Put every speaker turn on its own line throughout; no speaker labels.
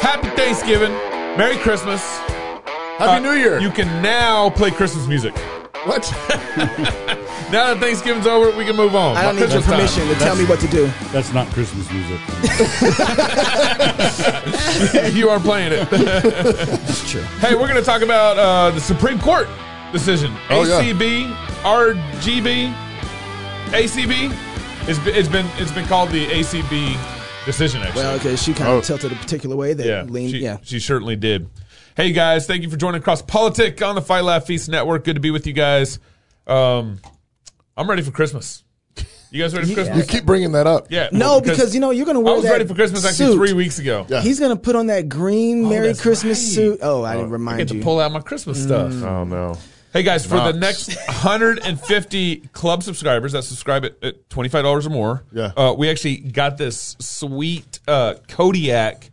Happy Thanksgiving. Merry Christmas.
Happy New Year.
Uh, You can now play Christmas music.
what?
Now that Thanksgiving's over, we can move on.
I don't need your
Christmas
permission
time.
to tell me what to do.
That's not Christmas music.
you are playing it.
That's true.
hey, we're going to talk about uh, the Supreme Court decision.
Oh, yeah.
ACB, RGB, ACB. It's, be- it's been it's been called the ACB decision. Actually,
Well, okay, she kind of
Oh.
tilted a particular way that
yeah,
leaned.
she,
yeah.
she certainly did. Hey guys, thank you for joining Cross Politic on the Fight Laugh Feast Network. Good to be with you guys. Um, I'm ready for Christmas. You guys ready for
you
Christmas?
keep bringing that up.
Yeah.
No,
well,
because, you know you're gonna
I
wear
was
that
ready for Christmas actually
suit.
three weeks ago.
Yeah.
He's gonna put on that green Merry
that's
Christmas
right.
suit. Oh, I didn't
I
remind
get to
you. Mm.
pull out my Christmas stuff.
Oh no.
Hey guys, for the
Knox.
next 150 club subscribers that subscribe at, at $25 or more,
Yeah.
uh, we actually got this sweet uh, Kodiak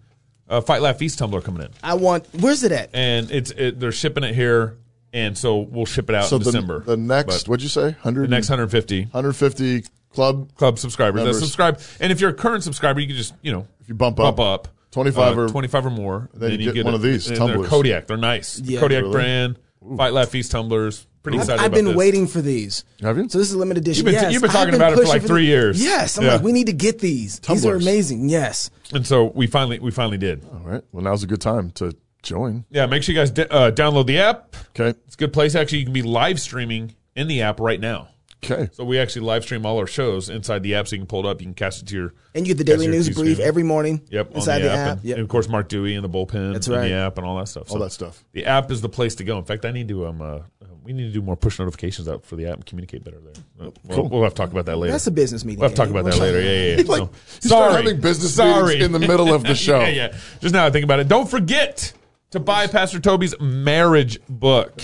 uh, Fight Laugh Feast tumbler coming in,
I want. Where's it at?
and it's it, they're shipping it here, and so we'll ship it out
So
in
the,
December.
the next,
But
what'd you say?
the
Hundred.
next 150
150 club.
club subscribers
Members.
that subscribe, and if you're a current subscriber, you can just you know
If you bump up,
bump up
25 or-
25 or more,
then you get one of these
and they're
tumblers.
Kodiak, they're nice.
Yeah.
Kodiak
Really?
brand, Fight Laugh Feast tumblers. Pretty
I've,
excited.
I've
about
been
this.
waiting for these.
Have you?
So this is a limited edition.
been-
yes,
you've been
I've
talking about it for
pushing
like three
the-
years.
Yes, I'm
Yeah.
like, we need to get these. These are
Tumblers.
amazing. Yes,
And so we finally we finally did.
All right. Well, now's a good time to join.
Yeah, make sure you guys d- uh, download the app.
Okay.
It's a good place actually. You can be live streaming in the app right now.
Okay.
So we actually live stream all our shows inside the app, so you can pull it up. You can cast it to your
and you get the
cast
daily
it to your
news
TV
brief
screen.
every morning.
Yep,
inside
on the, app, and,
Yep.
and of course Mark Dewey and the bullpen.
That's
and
right.
the app and all that stuff.
All
So
that stuff.
The app is the place to go. In fact, I need to um uh, we need to do more push notifications out for the app and communicate better there. Uh, We'll, we'll have to talk about that later.
That's a business meeting.
We'll have to talk
Andy.
about that later. Yeah, yeah. yeah.
like-
So,
you start having business meetings in the middle of the show.
yeah, yeah. Just now I think about it. Don't forget to buy Pastor Toby's marriage book.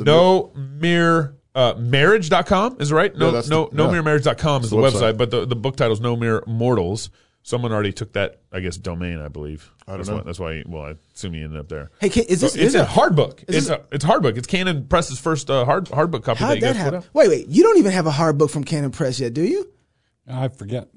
No mere uh, marriage.com is it right? No,
Yeah, that's
no,
the-
no
yeah.
mere marriage.com is the,
the
website,
website.
but the, the book title's No Mere Mortals. Someone already took that, I guess, domain, I believe. I
don't
that's
know.
Why, that's why, well, I assume he ended up there.
Hey, can, is
So
this?
it's
is
a
it-
hard book. It's
this-
a it's a hard book. It's Canon Press's first uh, hard hard book copy.
How'd
you
that
guys put
happen?
out.
Wait, wait. You don't even have a hard book from Cannon Press yet, do you?
I forget.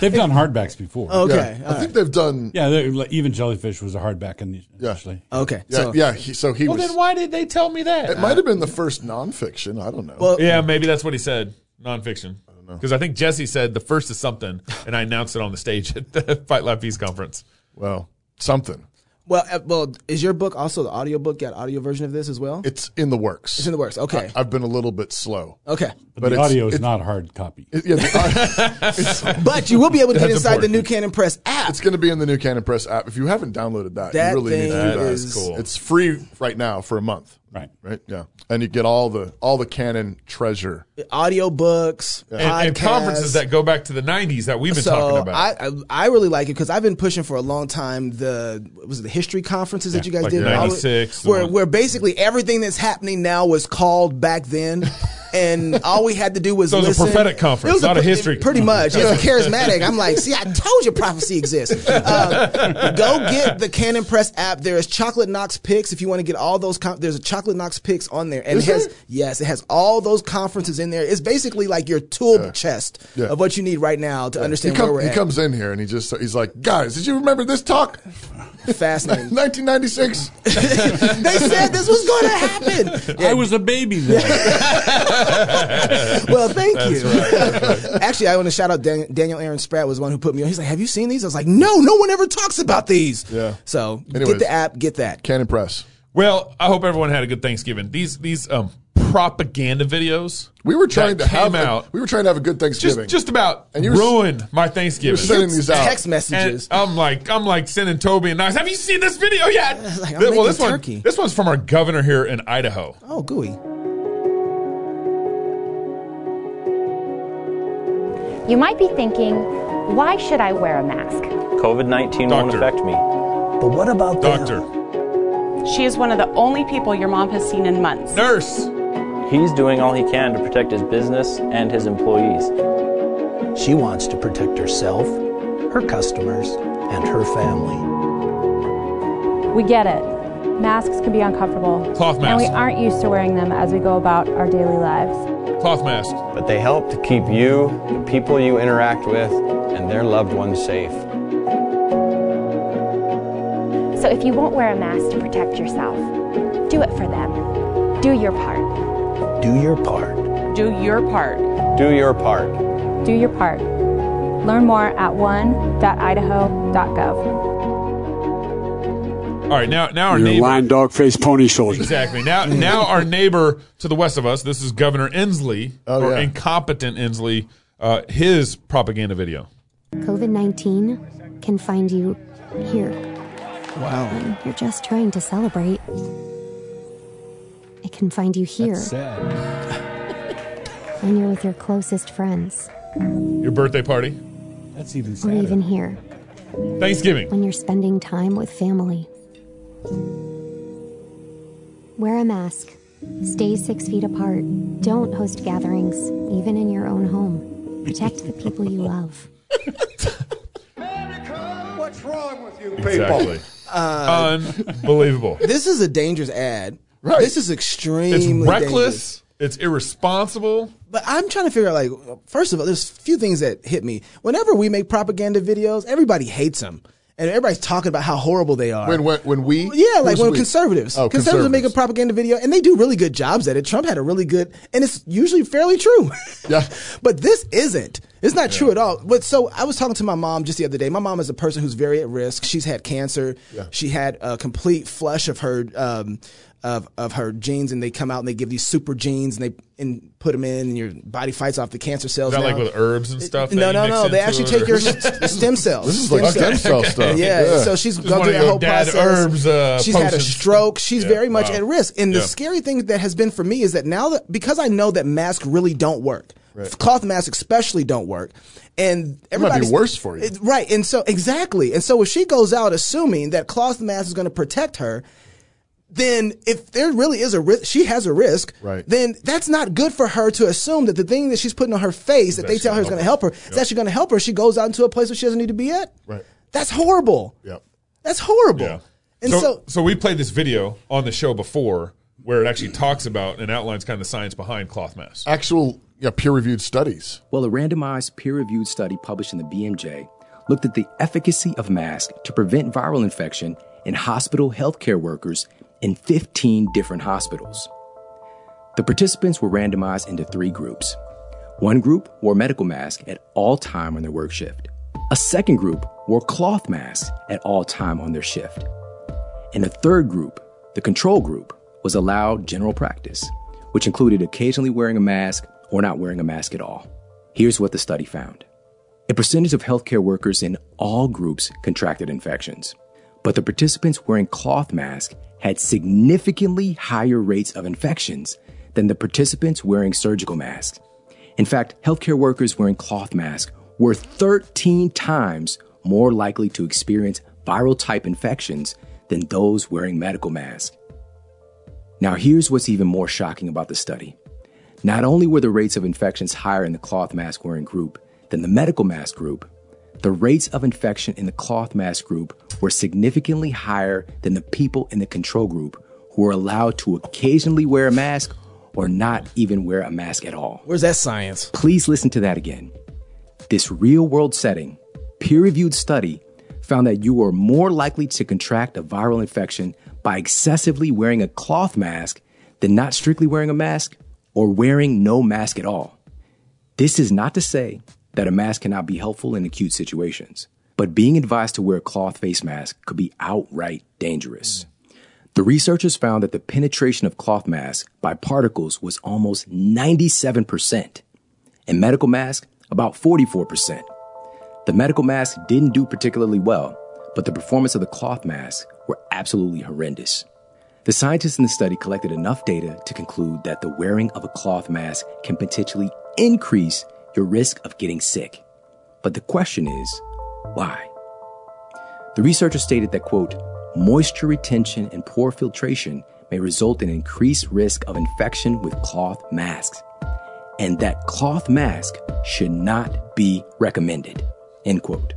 They've done hardbacks before.
Okay.
Yeah.
all
I think they've done.
Yeah, they're- like, even Jellyfish was a hardback in the
Yeah.
actually.
right. Okay.
Yeah.
so,
yeah he, so he
Oh,
Well,
was.
then why did they tell me that?
it might have been the first nonfiction. I don't know.
Well,
Yeah, maybe that's what he said. Nonfiction. Because I, think Jesse said the first is something, and I announced it on the stage at the Fight Live Peace conference.
well, something.
Well, uh, well, is your book also the audiobook? Got audio version of this as well?
It's in the works.
It's in the works. Okay.
I've been a little bit slow.
okay.
But,
But
the
it's-
audio is
it-
not hard copy.
It- yeah, the-
But you will be able to get
That's
inside
important.
the new Cannon Press app.
it's going to be in the new Canon Press app. If you haven't downloaded that,
That
you really need to
thing
do that.
is-
Cool.
It's free right now for a month.
Right.
Right. Yeah. And you get all the all the Canon treasure.
Audio books,
And, and
podcasts.
conferences that go back to the 90s that we've been talking
so
about.
I, I I really like it because I've been pushing for a long time the what was it, the history conferences that you guys
like
did
96, the
where
one-
where basically everything that's happening now was called back then, and all we had to do was
So it was a
listen.
prophetic conference, not a
pre-
history.
pretty much. It's a charismatic. I'm like, see, I told you prophecy exists. Uh, go get the Canon Press app. There is Chocolate Knox picks if you want to get all those. Con- there's a Chocolate Knox picks on there, and
Is
it has
there?
yes, it has all those conferences in there. It's basically like your tool chest
Yeah.
of what you need right now to
He,
understand
come-
where we're
he
at.
comes in here and he just he's like, guys, did you remember this talk?
Fascinating.
1996.
they said this was going to happen.
I was a baby then.
Well, thank you. Actually, I want to shout out Dan- Daniel Aaron Spratt was the one who put me on. He's like, "Have you seen these?" I was like, "No, no one ever talks about these."
Yeah.
So get
Anyways.
the app, get that.
Canon Press.
well, I hope everyone had a good Thanksgiving. These these um, propaganda videos.
We were trying
that
to have
came
a-
out.
we were trying to have a good Thanksgiving.
just, just about
And you were s-
ruined my Thanksgiving.
you were sending these out.
Text messages.
And I'm like, I'm like sending Toby and Knox. Have you seen this video yet?
Like, I'm
Th-
making
this
turkey.
one, this one's from our governor here in Idaho.
oh, gooey.
You might be thinking, why should I wear a mask?
COVID 19 won't
Doctor.
affect me.
But what
Oh.
about
Doctor,
She is one of the only people your mom has seen in months.
nurse,
He's doing all he can to protect his business and his employees.
them? She wants to protect herself, her customers, and her family.
We get it. Masks can be uncomfortable.
Cloth
And we
mask.
aren't used to wearing them as we go about our daily lives.
cloth mask.
but they help to keep you, the people you interact with, and their loved ones safe.
So if you won't wear a mask to protect yourself, do it for them. Do your part.
Do your part.
Do your part.
Do your part.
Do your part. Learn more at one.idaho.gov.
All right, now now our
You're a
neighbor
lion, dog face, pony soldier.
exactly now now our neighbor to the west of us. This is Governor Inslee
Oh,
or
yeah.
incompetent Inslee. Uh, his propaganda video.
COVID 19 can find you here.
Wow.
You're just trying to celebrate. It can find you here
That's sad.
when you're with your closest friends,
Your birthday party,
That's even
or
sadder.
even here
Thanksgiving.
when you're spending time with family. Wear a mask. Stay six feet apart. Don't host gatherings, even in your own home. Protect the people you love.
What's wrong with you
Exactly.
Uh,
Unbelievable.
This is a dangerous ad.
Right.
This is extremely
It's
dangerous.
reckless. It's irresponsible.
But I'm trying to figure out, like, first of all, there's a few things that hit me. Whenever we make propaganda videos, everybody hates them, and everybody's talking about how horrible they are.
When, when when we
yeah, like
who's
when
we?
conservatives,
Oh,
conservatives, make a
conservatives.
propaganda video, and they do really good jobs at it. Trump had a really good, and it's usually fairly true.
Yeah.
but this isn't. It's not true at all. But so I was talking to my mom just the other day. My mom is a person who's very at risk. She's had cancer. She had a complete flush of her um, of of her genes, and they come out and they give these super genes, and they and put them in, and your body fights off the cancer cells.
Is that
now.
like with herbs and stuff?
No,
that
no,
you mix
no. They
into
actually
it,
take
or-
your s- stem cells.
This is like
stem
stem
cells.
cell stuff.
Yeah, so she's
This is
gone
one
through
of
that
your
whole
dad
process.
herbs, uh,
she's had a
potions.
stroke. She's
Yeah,
very much
wow.
at risk. And the
Yeah.
scary thing that has been for me is that now that because I know that masks really don't work, cloth masks especially don't work, and
might be
everybody's
worse for you.
It- right? And so exactly. And so if she goes out assuming that cloth mask is going to protect her. Then, if there really is a risk, she has a risk.
Right.
Then that's not good for her to assume that the thing that she's putting on her face that they
actually
tell her is
gonna
going to
help
help
her.
her is actually going to help her. She goes out into a place where she doesn't need to be at.
Right.
That's horrible.
Yep.
That's horrible.
Yeah.
And
so,
so,
so, we played this video on the show before where it actually talks about and outlines kind of the science behind cloth masks.
Actual yeah, peer reviewed studies.
Well, a randomized peer reviewed study published in the BMJ looked at the efficacy of masks to prevent viral infection in hospital healthcare workers in 15 different hospitals. The participants were randomized into three groups. One group wore medical masks at all time on their work shift. A second group wore cloth masks at all time on their shift. And a third group, the control group, was allowed general practice, which included occasionally wearing a mask or not wearing a mask at all. Here's what the study found a percentage of healthcare workers in all groups contracted infections, but the participants wearing cloth masks had significantly higher rates of infections than the participants wearing surgical masks. In fact, healthcare workers wearing cloth masks were 13 times more likely to experience viral type infections than those wearing medical masks. Now, here's what's even more shocking about the study. Not only were the rates of infections higher in the cloth mask wearing group than the medical mask group, the rates of infection in the cloth mask group were significantly higher than the people in the control group who were allowed to occasionally wear a mask or not even wear a mask at all.
where's that science?
Please listen to that again. This real world setting, peer reviewed study found that you were more likely to contract a viral infection by excessively wearing a cloth mask than not strictly wearing a mask or wearing no mask at all. This is not to say that a mask cannot be helpful in acute situations, but being advised to wear a cloth face mask could be outright dangerous. The researchers found that the penetration of cloth masks by particles was almost 97% and medical mask about 44%. The medical mask didn't do particularly well, but the performance of the cloth masks were absolutely horrendous. The scientists in the study collected enough data to conclude that the wearing of a cloth mask can potentially increase your risk of getting sick. But the question is, why? The researchers stated that, quote, moisture retention and poor filtration may result in increased risk of infection with cloth masks and that cloth mask should not be recommended. End quote.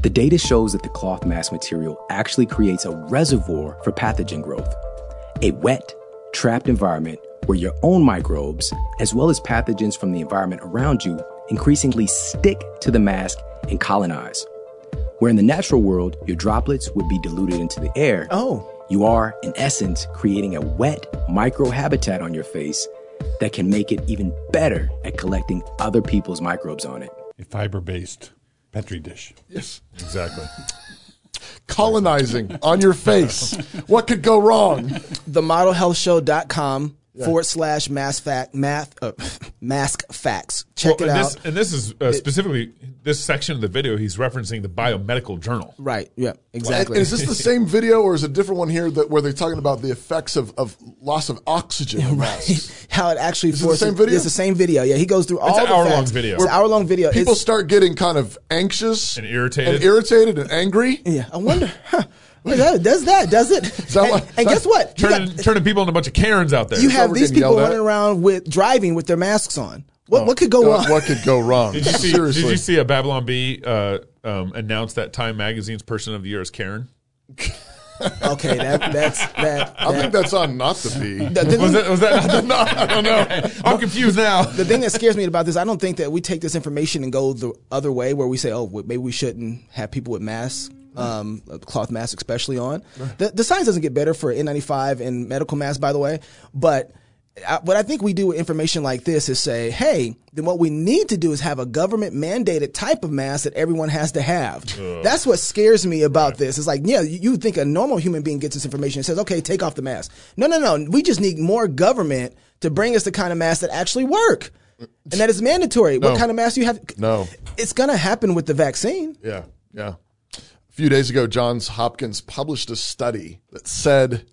The data shows that the cloth mask material actually creates a reservoir for pathogen growth. A wet, trapped environment where your own microbes, as well as pathogens from the environment around you, increasingly stick to the mask and colonize. Where in the natural world, your droplets would be diluted into the air.
Oh.
You are, in essence, creating a wet microhabitat on your face that can make it even better at collecting other people's microbes on it.
A fiber based Petri dish.
Yes.
Exactly.
Colonizing on your face. What could go wrong?
themodelhealthshow.com forward slash mask fact math uh, mask facts. Check
Well, and
it out.
This, and this is uh, specifically this section of the video. He's referencing the biomedical journal.
right. Yeah.
And-
Exactly.
and is this the same video or is it a different one here that where they're talking about the effects of, of loss of oxygen? in masks?
How it actually
Is it the
forces.
same video?
It's the same video. Yeah, he goes through all
an
the
hour-long
facts.
video.
It's an hour long video.
People
It's-
start getting kind of anxious
And irritated.
and irritated and angry.
yeah, I wonder. Huh, that- does that? Does it?
that
and,
what-
and guess what? You
Turning,
got-
turning people into a bunch of Karens out there.
you
So
have
we're
these
getting
people
yelled at?
running around with driving with their masks on. What what could go
God,
on?
What could go wrong?
did you see?
Seriously.
Did you see a Babylon B uh, um, announce that Time Magazine's Person of the Year is Karen?
okay, that that's that.
I
that-
think that's on not to be.
the, the-
Was that? Was that? no, I don't know. I'm confused now.
the thing that scares me about this, I don't think that we take this information and go the other way where we say, oh, well, maybe we shouldn't have people with masks, um, cloth masks especially on. The, the science doesn't get better for N95 and medical masks, by the way. But I, what I think we do with information like this is say, hey, then what we need to do is have a government mandated type of mask that everyone has to have. That's what scares me about this. It's like, yeah, you, you think a normal human being gets this information and says, okay, take off the mask. No, no, no. We just need more government to bring us the kind of masks that actually work and that is mandatory. What
No.
kind of mask you have?
No.
it's gonna happen with the vaccine.
Yeah, yeah. A few days ago, Johns Hopkins published a study that said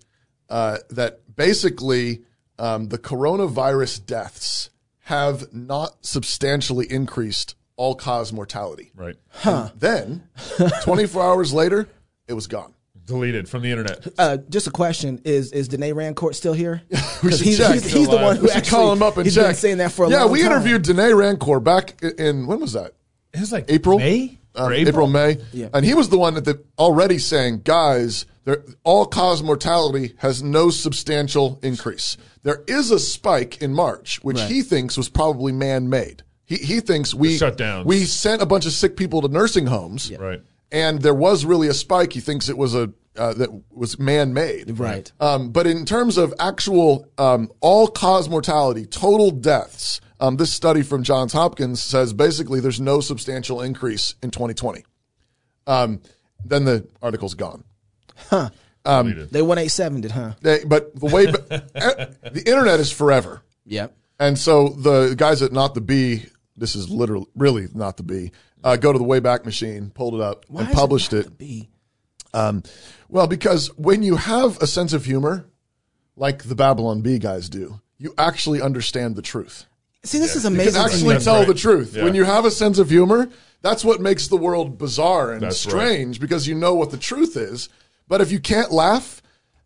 uh, that basically um, the coronavirus deaths have not substantially increased all cause mortality.
Right.
Then, 24 hours later, it was gone.
Deleted from the internet.
Uh, just a question: Is is Dene Rancourt still here?
We
'Cause
should
he's,
check.
he's, he's the one who
we should
actually
call him up and
he's
check.
been saying that for a
yeah,
long
we
time.
interviewed Dene Rancor back i- in when was that?
It was like
April,
May.
Um,
Or
April, May,
Yeah.
and he was the one that the, already saying, guys, there, all cause mortality has no substantial increase. There is a spike in March, which he thinks was probably man made. He he thinks we
The shutdowns.
we sent a bunch of sick people to nursing homes,
Right.
And there was really a spike. He thinks it was a uh, that was man made,
Right.
um, but in terms of actual um, all cause mortality, total deaths, um, this study from Johns Hopkins says basically there's no substantial increase in 2020. Um, then the article's gone.
They one eight seven did, huh?
They, but the way eh, the internet is forever.
Yep.
And so the guys at Not the Bee, this is literally really Not the Bee, uh, go to the Wayback Machine, pulled it up, and published it.
B.
Well, because when you have a sense of humor, like the Babylon Bee guys do, you actually understand the truth.
See, this is
You can
amazing. to
actually
me.
That's
tell
right.
the truth.
Yeah.
When you have a sense of humor, that's what makes the world bizarre and
That's
strange because you know what the truth is. But if you can't laugh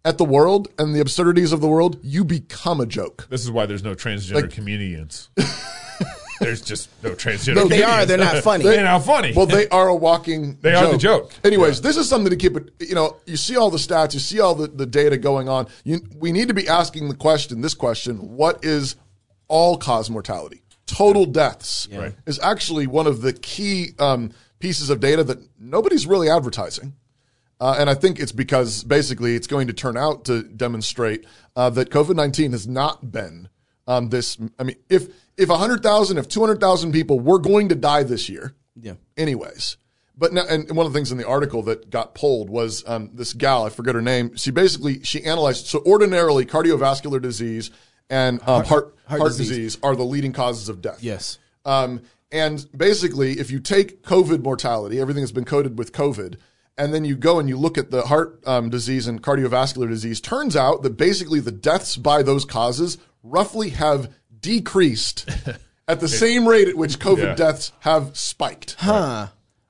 at the world and the absurdities of the world, you become a joke.
This is why there's no transgender
Like-
comedians. there's just no transgender.
If they
comedians.
are. They're not funny.
They're not funny.
Well, they are a walking.
They
joke.
are the joke.
Anyways, this is something to keep it. You know, you see all the stats, you see all the, the data going on. You, we need to be asking the question. This question: What is all cause mortality? Total deaths
Right.
is actually one of the key um, pieces of data that nobody's really advertising. Uh, and I think it's because basically it's going to turn out to demonstrate uh, that COVID nineteen has not been um, this. I mean, if if hundred thousand, if two hundred thousand people were going to die this year,
Yeah.
anyways. But now, and one of the things in the article that got pulled was um, this gal. I forget her name. She basically she analyzed. So ordinarily, cardiovascular disease and um, heart, heart disease.
disease.
are the leading causes of death.
Yes.
Um, and basically, if you take COVID mortality, everything that's been coded with COVID, and then you go and you look at the heart um, disease and cardiovascular disease, turns out that basically the deaths by those causes roughly have decreased at the same rate at which COVID
Yeah.
deaths have spiked.
Huh.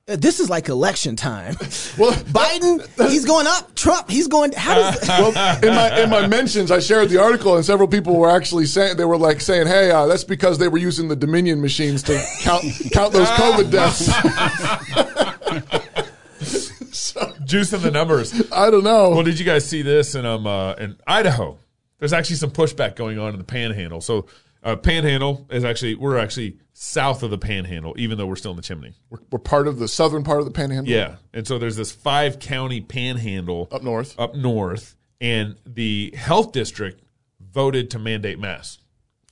Uh, This is like election time.
Well,
Biden, he's going up. Trump, he's going. How does?
well, in my in my mentions, I shared the article, and several people were actually saying they were like saying, "Hey, uh, that's because they were using the Dominion machines to count count those COVID deaths."
juicing the numbers.
I don't know.
Well, did you guys see this in um uh, in Idaho? There's actually some pushback going on in the Panhandle. So Uh, Panhandle is actually we're actually south of the Panhandle, even though we're still in the chimney.
We're, we're part of the southern part of the Panhandle.
Yeah, and so there's this five county Panhandle
up north.
up north, and the health district voted to mandate masks.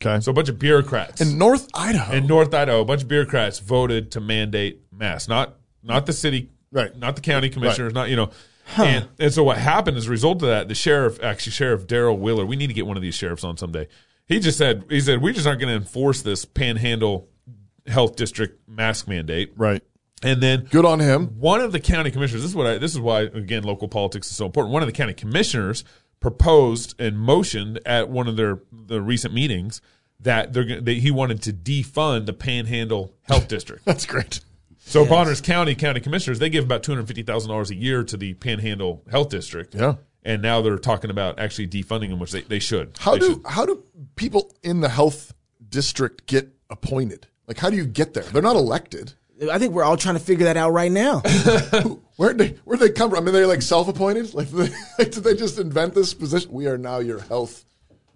Okay.
So a bunch of bureaucrats
in North Idaho.
in North Idaho, a bunch of bureaucrats voted to mandate masks. Not not the city,
Right.
Not the county commissioners, not you know. And, and so what happened as a result of that, the sheriff, actually Sheriff Daryl Wheeler, we need to get one of these sheriffs on someday. He just said he said we just aren't going to enforce this Panhandle Health District mask mandate.
right.
And then
Good on him.
one of the county commissioners. This is what I, this is why again local politics is so important. One of the county commissioners proposed and motioned at one of their the recent meetings that they're gonna- that he wanted to defund the Panhandle Health District.
That's great.
So Bonners County county commissioners they give about two hundred fifty thousand dollars a year to the Panhandle Health District.
Yeah.
and now they're talking about actually defunding them, which they, they should.
How
They
do
should.
how do people in the health district get appointed? Like, how do you get there? They're not elected.
I think we're all trying to figure that out right now.
Where they where they come from? I mean, they're like self appointed. Like, they, did they just invent this position? We are now your health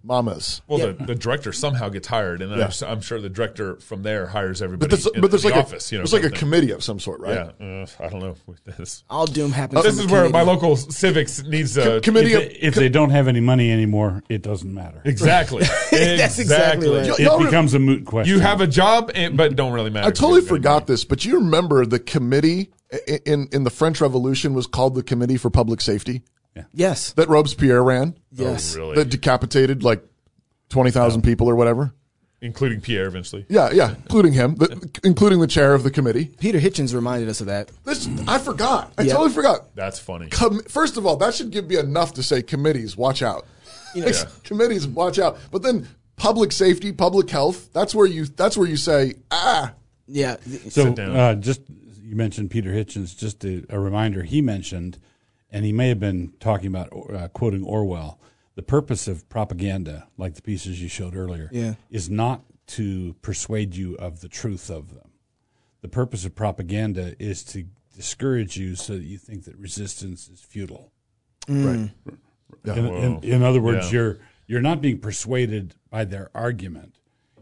mamas.
well the, the director somehow gets hired, and then I'm, su- I'm sure the director from there hires everybody.
But there's
in
but there's
the
like
office,
a
you know,
there's like a
something.
committee of some sort, right?
Yeah, uh, I don't know. with This,
All doom happens.
this
from
is
the
where my
community.
local civics needs uh, a
Committee
If
of
they, if they don't have any money anymore, it doesn't matter.
Exactly.
That's exactly right.
Y- y'all
It
re-
becomes a moot question.
You have a job, and, but don't really matter.
I totally
because you're
forgot
getting
this, but you remember the committee i- in in the French Revolution was called the Committee for Public Safety
Yes.
that Robespierre ran.
Yes.
money.
That
Really, decapitated,
decapitated like twenty thousand people or whatever.
including Pierre eventually.
Yeah, yeah, including him, the, including the chair of the committee.
Peter Hitchens reminded us of that.
This I forgot. I
Yeah.
totally forgot.
That's funny.
Com- first of all, that should give me enough to say committees, watch out. Like, Committees, watch out. But then public safety, public health. That's where you. That's where you say ah.
Yeah.
So
down.
uh, just you mentioned Peter Hitchens. Just a, a reminder, he mentioned, and he may have been talking about uh, quoting Orwell. The purpose of propaganda, like the pieces you showed earlier,
Yeah.
is not to persuade you of the truth of them. The purpose of propaganda is to discourage you so that you think that resistance is futile. In, in, in other words, you're you're not being persuaded by their argument.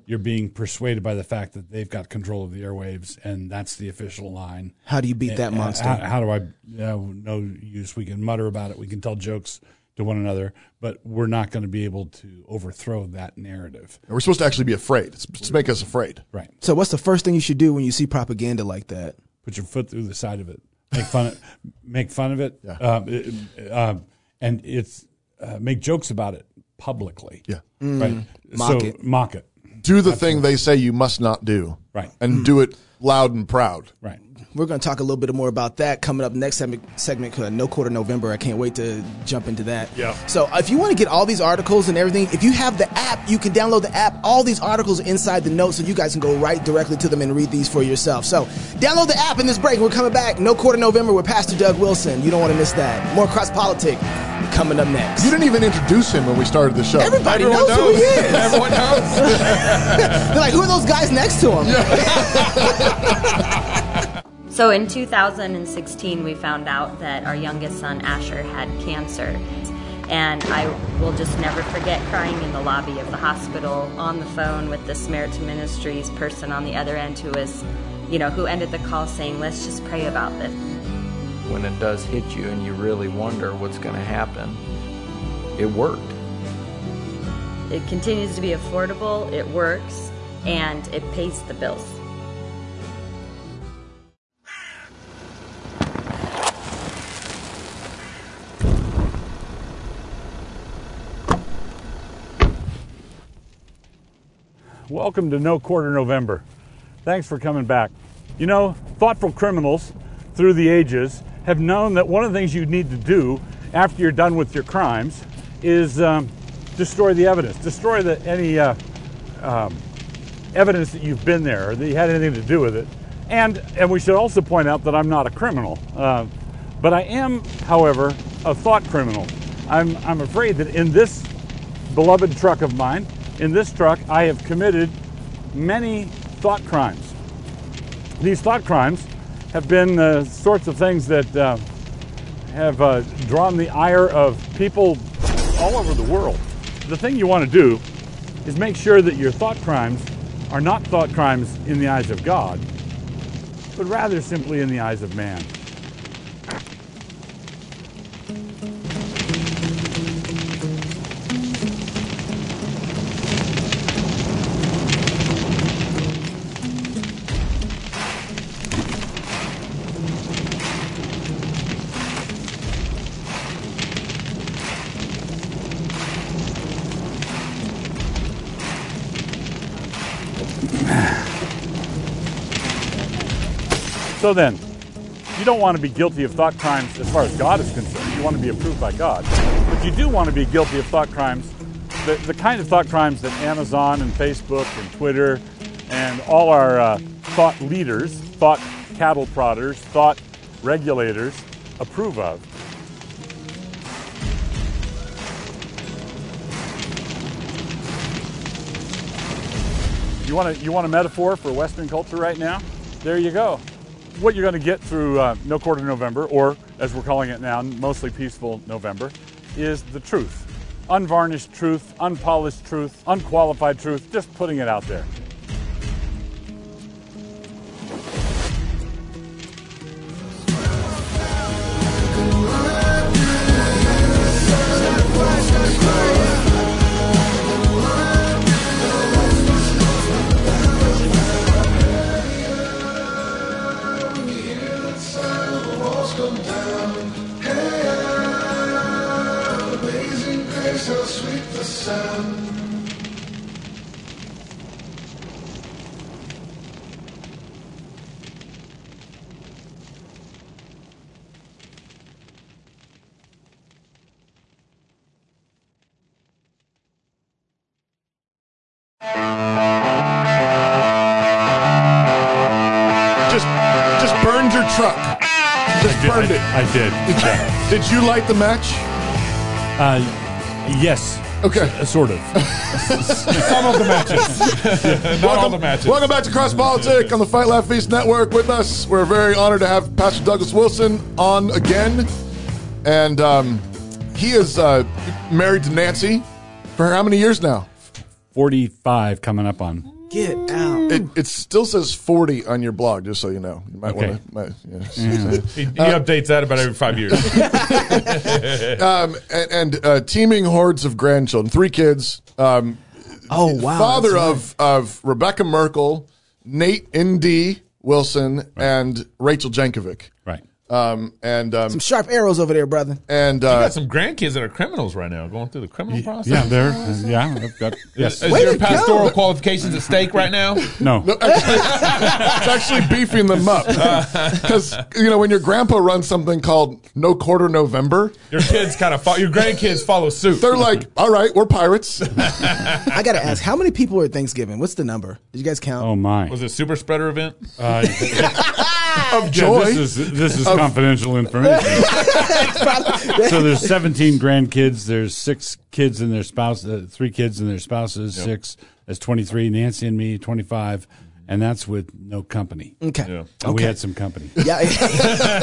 You're being persuaded by the fact that they've got control of the airwaves, and that's the official line.
How do you beat that
Uh,
monster?
How, how do I? You know, no use. We can mutter about it. We can tell jokes to one another, but we're not going to be able to overthrow that narrative.
We're supposed to actually be afraid. It's, it's to make us afraid.
Right.
So what's the first thing you should do when you see propaganda like that?
Put your foot through the side of it. Make fun. of, make fun of it. Um, it- um, and it's uh, make jokes about it publicly.
Yeah.
Right.
Mm. Mock
so
it.
mock it.
Do the thing they say you must not do.
Right.
And do it loud and proud.
Right.
We're going to talk a little bit more about that coming up next segment, segment uh, No Quarter November. I can't wait to jump into that.
Yeah.
So if you want to get all these articles and everything, if you have the app, you can download the app. All these articles are inside the notes, so you guys can go right directly to them and read these for yourself. So download the app in this break. We're coming back. No Quarter November with Pastor Doug Wilson. You don't want to miss that. More cross politic coming up next.
You didn't even introduce him when we started the show.
Everybody
Everyone
knows, who he is.
Everyone knows.
They're like, who are those guys next to him?
So in 2016, we found out that our youngest son, Asher, had cancer. And I will just never forget crying in the lobby of the hospital on the phone with the Samaritan Ministries person on the other end who was, you know, who ended the call saying, let's just pray about this.
When it does hit you and you really wonder what's going to happen, it worked.
It continues to be affordable, it works, and it pays the bills.
Welcome to No Quarter November. Thanks for coming back. You know, thoughtful criminals through the ages have known that one of the things you need to do after you're done with your crimes is um, destroy the evidence, destroy the, any uh, um, evidence that you've been there or that you had anything to do with it. And, and we should also point out that I'm not a criminal. Uh, but I am, however, a thought criminal. I'm, I'm afraid that in this beloved truck of mine, in this truck, I have committed many thought crimes. These thought crimes have been the sorts of things that uh, have uh, drawn the ire of people all over the world. The thing you want to do is make sure that your thought crimes are not thought crimes in the eyes of God, but rather simply in the eyes of man. So then, you don't want to be guilty of thought crimes as far as God is concerned. You want to be approved by God. But you do want to be guilty of thought crimes, the, the kind of thought crimes that Amazon and Facebook and Twitter and all our uh, thought leaders, thought cattle prodders, thought regulators approve of. You want, a, you want a metaphor for Western culture right now? There you go. What you're going to get through uh, No Quarter November, or as we're calling it now, mostly peaceful November, is the truth. Unvarnished truth, unpolished truth, unqualified truth, just putting it out there.
Just, just burned your truck. Just burned it.
I did. yeah.
Did you light the match?
Uh, yes.
Okay.
S- uh, sort of.
Some of the matches. Not all the matches.
Welcome back to Cross Politics on the Fight Laugh Feast Network. With us, we're very honored to have Pastor Douglas Wilson on again, and um, he is uh, married to Nancy for how many years now?
45 coming up on.
Get out.
It, it still says forty on your blog, just so you know. You might
Okay.
want to. Might,
Yeah.
He, he updates that about every five years.
um, and and uh, teeming hordes of grandchildren, three kids. Um,
Oh, wow,
Father
that's
of of Rebecca Merkel, Nate N.D. Wilson, and Rachel Jankovic.
Right.
Um, and um,
Some sharp arrows over there, brother.
and
You
uh,
got some grandkids that are criminals right now, going through the criminal process.
Yeah, there. uh, Yeah. I've got-
Is,
yes.
is
Way
your
to go.
pastoral qualifications at stake right now?
No.
no, actually, it's actually beefing them up because you know when your grandpa runs something called No Quarter November,
Your kids kind of fo- your grandkids follow suit.
they're like, "All right, we're pirates."
I gotta ask, how many people are at Thanksgiving? What's the number? Did you guys count?
Oh, my.
was it a super spreader event?
Uh,
of
Yeah,
joy.
this is this is confidential information. so there's 17 grandkids. There's six kids and their spouse. Uh, three kids and their spouses. Six. That's 23. Nancy and me, 25, and that's with no company.
Okay.
Yeah.
And We had some company.
Yeah. you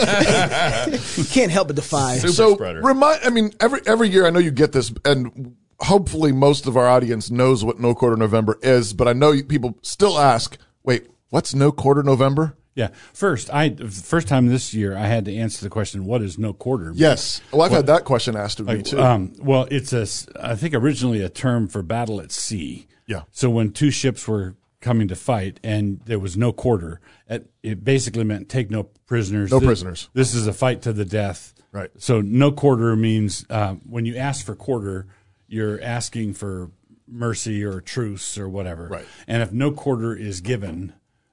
can't help but defy.
Super
so
spreader.
remind. I mean, every every year I know you get this, and hopefully most of our audience knows what No Quarter November is. But I know you, people still ask, "Wait, what's No Quarter November?"
Yeah. First, I first time this year I had to answer the question, "What is no quarter?"
Yes. Well, I've had that question asked of me too.
Um, well, it's a, s- I think originally a term for battle at sea.
Yeah.
So when two ships were coming to fight and there was no quarter, it, it basically meant take no prisoners.
No
Thi-
prisoners.
This is a fight to the death.
Right.
So no quarter means uh, when you ask for quarter, you're asking for mercy or truce or whatever.
Right.
And if no quarter is given,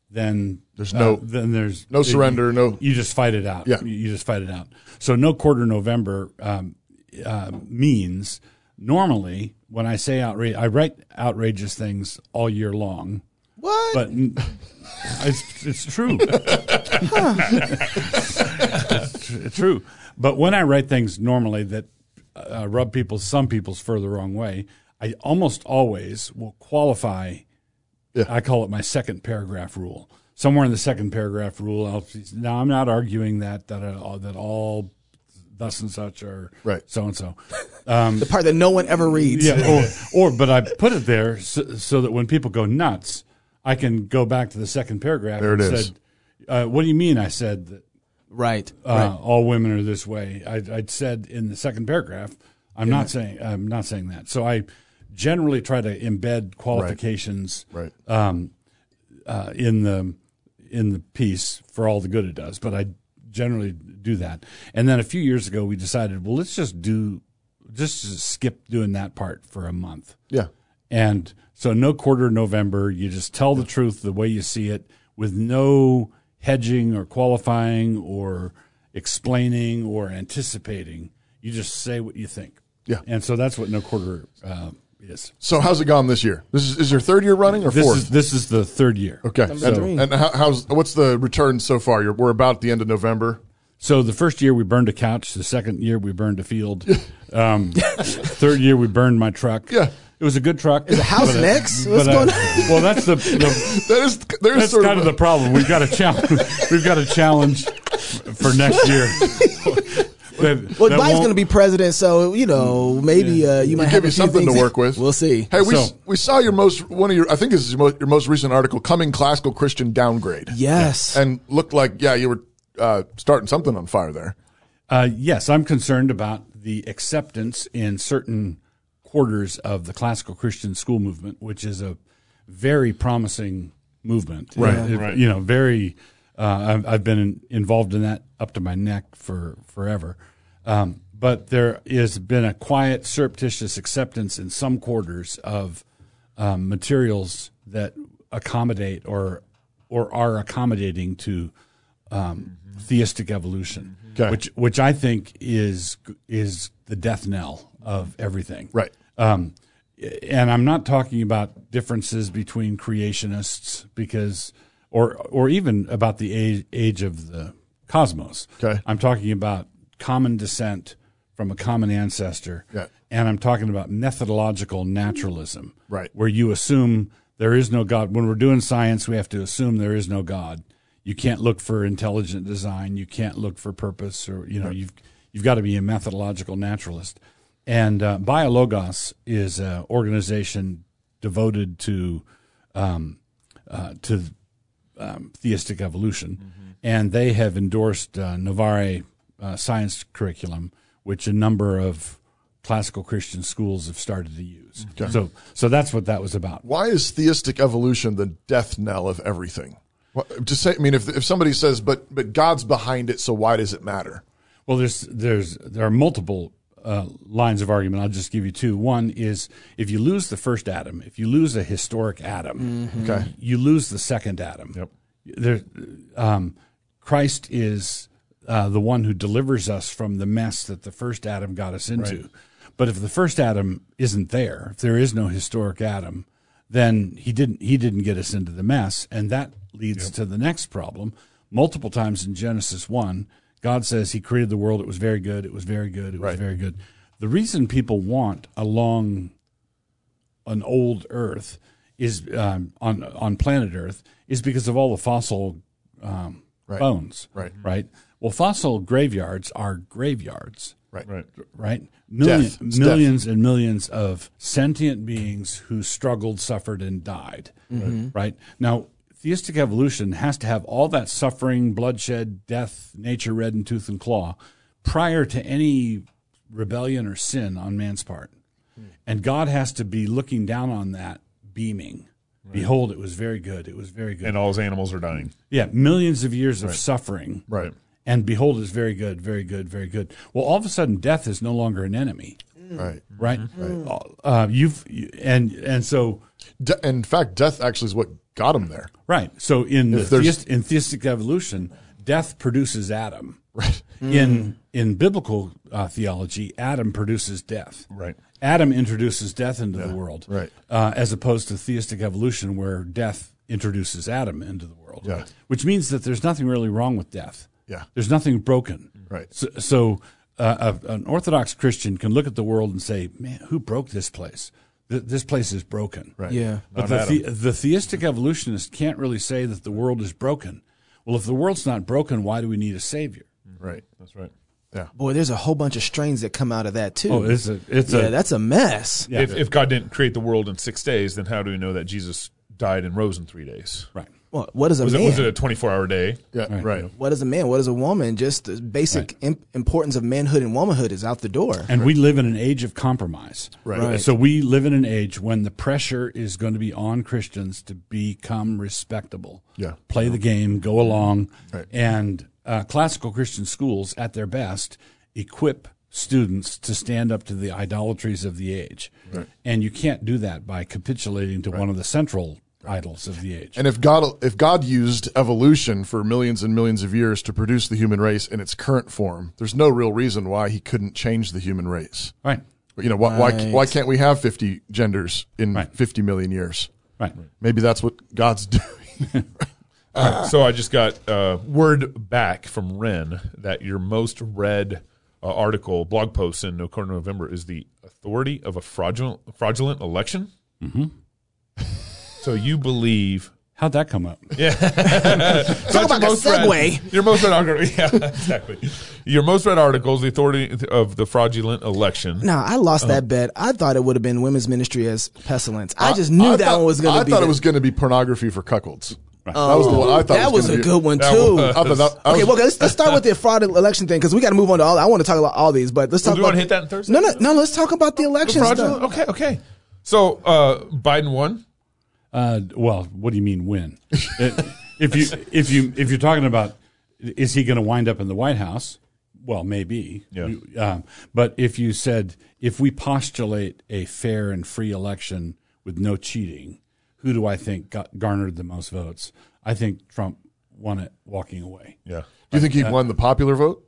then uh,
There's no-
then there's
no surrender, no-
you just fight it out.
Yeah.
You- You just fight it out. So no quarter November um, uh, means normally when I say outrage, I write outrageous things all year long.
What?
But n- it's, it's true. It's true. But when I write things normally that uh, rub people, some people's fur the wrong way, I almost always will qualify.
Yeah.
I call it my second paragraph rule. Somewhere in the second paragraph rule, I'll, now I'm not arguing that that all, that all uh, thus and such are
Right.
so and so,
the part that no one ever reads.
Yeah, or, or but I put it there so, so that when people go nuts, I can go back to the second paragraph.
There it
and
is.
Said, uh, what do you mean? I said that.
Right,
Uh,
right.
All women are this way. I, I said in the second paragraph. I'm
Yeah.
not saying. I'm not saying that. So I generally try to embed qualifications.
Right.
Um, uh, in the in the piece for all the good it does, but I generally do that. And then a few years ago, we decided, well, let's just do just skip doing that part for a month.
Yeah.
And so no quarter November, you just tell the truth the way you see it with no hedging or qualifying or explaining or anticipating. You just say what you think.
Yeah.
And so that's what no quarter uh, is.
So how's it gone this year? This is, is your third year running or
This
fourth?
is this is the third year.
okay.
Number
and
three.
and how, how's what's the return so far? You're, we're about the end of November.
So the first year we burned a couch. The second year we burned a field. Um, third year we burned my truck. Yeah, it was a good truck. Is
the house next? What's going on?
uh, Well, that's the, the
that is there's
that's
sort
kind
of
of, the problem. We've got a challenge. We've got a challenge for next year. That-
Well,
that
Biden's
won't-
going to be president, so you know maybe uh, you might
give
have
you
a few
something
things
to work with.
We'll see.
Hey, we, we saw your most one of your I think this is your most, your most recent article, coming classical Christian downgrade.
Yes,
and looked like yeah you were uh, starting something on fire there.
Uh, yes, I'm concerned about the acceptance in certain quarters of the classical Christian school movement, which is a very promising movement.
Right,
It-
right.
You know, very. Uh, I've, I've been in, involved in that up to my neck for forever. Um, but there has been a quiet, surreptitious acceptance in some quarters of um, materials that accommodate or or are accommodating to um, theistic evolution,
Mm-hmm. Okay.
which which I think is is the death knell of everything.
Right.
Um, and I'm not talking about differences between creationists because, or or even about the age, age of the cosmos.
Okay.
I'm talking about common descent from a common ancestor.
Yeah.
And I'm talking about methodological naturalism.
Right.
Where you assume there is no God. When we're doing science, we have to assume there is no God. You can't look for intelligent design. You can't look for purpose or, you know, you've, you've got to be a methodological naturalist. And uh, Biologos is an organization devoted to, um, uh, to um, theistic evolution, and they have endorsed uh, Navarre uh, science curriculum, which a number of classical Christian schools have started to use.
Okay.
So, so that's what that was about.
Why is theistic evolution the death knell of everything? What, to say, I mean, if if somebody says, but but God's behind it, so why does it matter?
Well, there's there's there are multiple uh, lines of argument. I'll just give you two. One is if you lose the first atom, if you lose a historic atom,
Mhm. Okay.
you lose the second atom. Yep. There, um, Christ is uh, the one who delivers us from the mess that the first atom got us into.
Right.
But if the first atom isn't there, if there is no historic atom, then he didn't he didn't get us into the mess, and that leads to the next problem. Multiple times in Genesis one, God says He created the world; it was very good. It was very good. It was very good. The reason people want a long an old Earth is um, on on planet Earth is because of all the fossil um,
Right.
bones.
Right.
Right. Well, fossil graveyards are graveyards.
Right.
Right.
Right. Million,
Death. It's
Millions and millions of sentient beings who struggled, suffered, and died.
Mm-hmm.
Mhm.
Right. Now. Theistic evolution has to have all that suffering, bloodshed, death, nature red in tooth and claw prior to any rebellion or sin on man's part.
Hmm.
And God has to be looking down on that, beaming. Behold, it was very good. It was very good.
And all his animals are dying.
yeah, millions of years of
Right.
suffering.
Right.
And behold, it's very good, very good, very good. Well, all of a sudden, death is no longer an enemy,
Right.
right? Uh, you've you- and and so
De- in fact, death actually is what got him there.
right. So in the
If there's-
theist, in theistic evolution, death produces Adam. Right.
Hmm.
In in biblical uh, theology, Adam produces death.
Right.
Adam introduces death into the world,
right.
Uh, as opposed to theistic evolution, where death introduces Adam into the world,
Yeah.
which means that there's nothing really wrong with death.
Yeah.
there's nothing broken.
Right.
So, so uh, a, an Orthodox Christian can look at the world and say, "Man, who broke this place? Th- this place is broken."
Right.
Yeah.
But the,
Not
the, the theistic evolutionist can't really say that the world is broken. Well, if the world's not broken, why do we need a savior?
Right.
That's right.
Yeah.
Boy, there's a whole bunch of strains that come out of that too.
Oh, it's a- it's
yeah,
a-
that's a mess.
If, if God didn't create the world in six days, then how do we know that Jesus died and rose in three days?
Right.
Well, what is a
was It, was
man?
it a 24 hour day?
Yeah, right.
what is a man? What is a woman? Just the basic imp- importance of manhood and womanhood is out the door.
And we live in an age of compromise.
Right. Right.
So we live in an age when the pressure is going to be on Christians to become respectable.
Yeah.
Play the game, go along.
Right.
And uh, classical Christian schools, at their best, equip students to stand up to the idolatries of the age.
Right.
And you can't do that by capitulating to one of the central idols of the age.
And if God if God used evolution for millions and millions of years to produce the human race in its current form, there's no real reason why he couldn't change the human race.
Right.
You know, why why,
Right.
why can't we have 50 genders in 50 million years?
Right.
Maybe that's what God's doing.
All right, so I just got uh, word back from Ren that your most read uh, article, blog post in No Corner November is the authority of a fraudulent, fraudulent election.
Mm-hmm.
So you believe.
How'd that come up?
Yeah. That's
Talk about
your
a
most read-
segue.
your most read article. Yeah, exactly. Your most read article is the authority of the fraudulent election.
No, I lost
Uh,
that bet. I thought it would have been women's ministry as pestilence. I, just knew that
thought-
one was going to
I
be.
thought
the-
it was going to be pornography for cuckolds.
Oh,
that was the one I thought.
that was,
was, gonna be-
a good one too.
That was- I thought that- I
okay,
was-
well, let's, let's start with the fraud election thing because we got to move on to all. I want to talk about all these, but let's
Well,
talk.
do you
about
wanna hit that in Thursday?
No, no, no. Let's talk about the election.
fraudulent?
stuff.
Okay, okay. So uh, Biden won.
Uh, well, what do you mean when? It- if you if you if you're talking about is he going to wind up in the White House? Well, maybe.
Yeah.
You- Um, but if you said if we postulate a fair and free election with no cheating, who do I think got, garnered the most votes? I think Trump won it walking away.
Yeah.
Do you think he won the popular vote?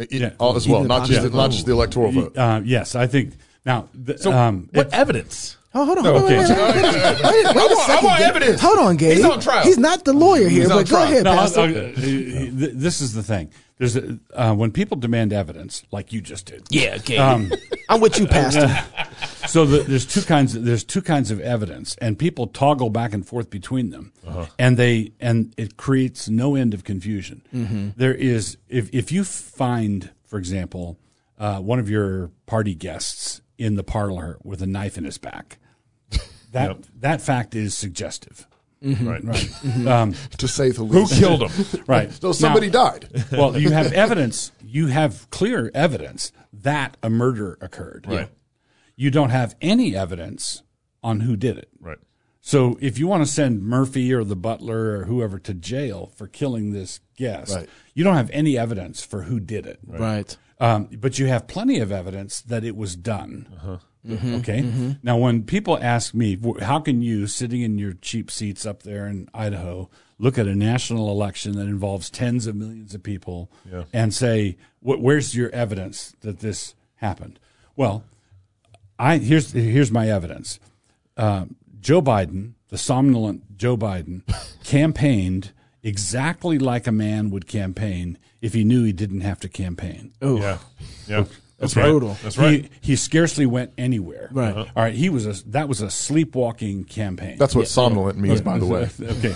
Uh,
Yeah.
It- all as well, not just the, not just the electoral vote.
Uh, yes, I think now. The,
So
um,
what evidence?
Oh, hold on.
No,
hold on,
okay.
wait, wait, wait, wait, wait, wait,
I
wait a
want- I
second,
want
Gabe.
evidence.
Hold on, Gabe.
He's on trial.
He's not the lawyer here,
He's on
but go
trial.
ahead,
No, I'll-
Pastor.
I'll- uh, th- this is the thing. There's a, uh, when people demand evidence, like you just did.
Yeah, okay.
Um,
I'm with you, Pastor.
so the, there's two kinds. there's two kinds of evidence, and people toggle back and forth between them, and they and it creates no end of confusion. There is if if you find, for example, uh, one of your party guests in the parlor with a knife in his back, that
Yep.
that fact is suggestive.
Mm-hmm.
Right.
Right. Um,
to say the
Who
least.
killed him?
right.
So somebody
Now-
died.
well, you have evidence. You have clear evidence that a murder occurred.
Right.
You don't have any evidence on who did it.
Right.
So if you want to send Murphy or the butler or whoever to jail for killing this guest,
Right.
you don't have any evidence for who did it.
right.
Um, but you have plenty of evidence that it was done. Okay. Now, when people ask me, "W- how can you, sitting in your cheap seats up there in Idaho, look at a national election that involves tens of millions of people
Yeah.
and say, "Wh- where's your evidence that this happened? Well, I here's here's my evidence. Um, Joe Biden, the somnolent Joe Biden, campaigned exactly like a man would campaign if he knew he didn't have to campaign.
Ooh.
Yeah. Yeah. That's
brutal.
Right. That's right.
He, he scarcely went anywhere. Uh-huh.
Right.
All right. He was a that was a sleepwalking campaign.
That's what somnolent means, by the way.
okay.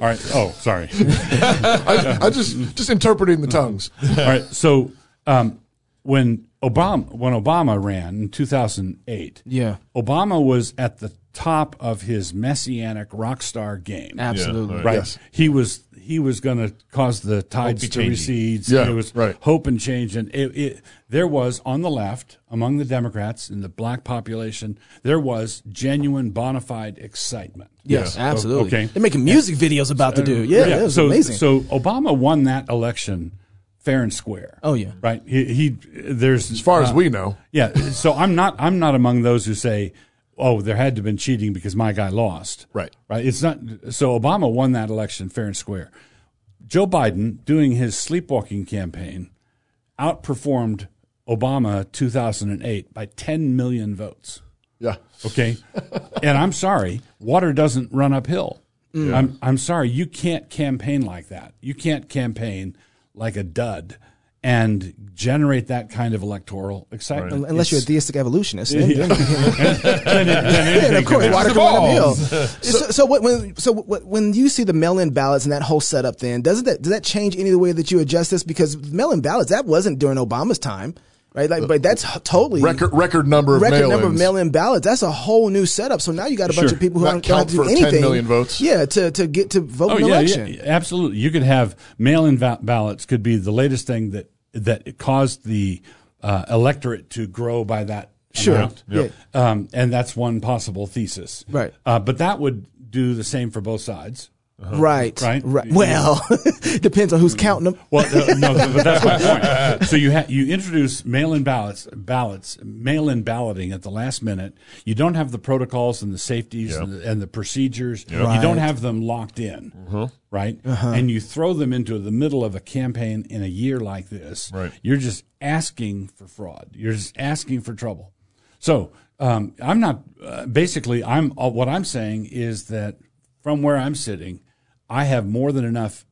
All right. Oh, sorry.
I, I just just interpreting the tongues.
All right. So um, when Obama when Obama ran in 2008,
Yeah.
Obama was at the top of his messianic rock star game.
Absolutely.
Yeah,
Right.
Yes.
He was he was going to cause the tides
be
to
changing.
recede.
Yeah,
There was
right.
hope and change, and it, it there was on the left among the Democrats in the black population there was genuine bona fide excitement.
Yes,
Yeah.
absolutely.
Okay.
They're making music videos about the dude. Yeah, that was
so,
amazing.
So Obama won that election fair and square.
Oh, yeah.
Right. He, he there's
As
Uh-huh.
far as we know,
yeah. So I'm not I'm not among those who say, oh, there had to have been cheating because my guy lost.
Right.
Right. It's not. So Obama won that election fair and square. Joe Biden doing his sleepwalking campaign outperformed Obama 2008 by 10 million votes.
yeah,
Okay. and I'm sorry, water doesn't run uphill.
Mm.
I'm I'm sorry, you can't campaign like that. You can't campaign like a dud and generate that kind of electoral excitement.
Unless you're a
It's-
theistic evolutionist,
Yeah.
then, then,
Then it- then
Then,
anything
of course,
can
water
happen.
coming uphill. So,
Balls.
so what, when so what, when you see the mail-in ballots and that whole setup, then doesn't that does that change any of the way that you adjust this? Because mail-in ballots that wasn't during Obama's time, right? Like, but that's h- totally
Record record number of
record
mail-ins.
number of mail-in ballots. That's a whole new setup. So now you got a bunch
Sure.
of people who
That
aren't going
count
to do
for 10
anything.
million votes.
Yeah, to to get to
oh,
vote in an election.
absolutely. You could have mail-in va- ballots could be the latest thing that that caused the uh, electorate to grow by that
Sure.
amount.
Yeah.
Um, and that's one possible thesis.
Right.
Uh, but that would do the same for both sides.
Right,
Right.
right. Well, depends on who's counting them.
Well, uh, no, but that's my point. So you ha- you introduce mail-in ballots, ballots, mail-in balloting at the last minute. You don't have the protocols and the safeties and, the, and the procedures. You
Right.
don't have them locked in, right?
Uh-huh.
And you throw them into the middle of a campaign in a year like this. Right. You're just asking for fraud. You're just asking for trouble. So um, I'm not. Uh, basically, I'm uh, what I'm saying is that from where I'm sitting, I have more than enough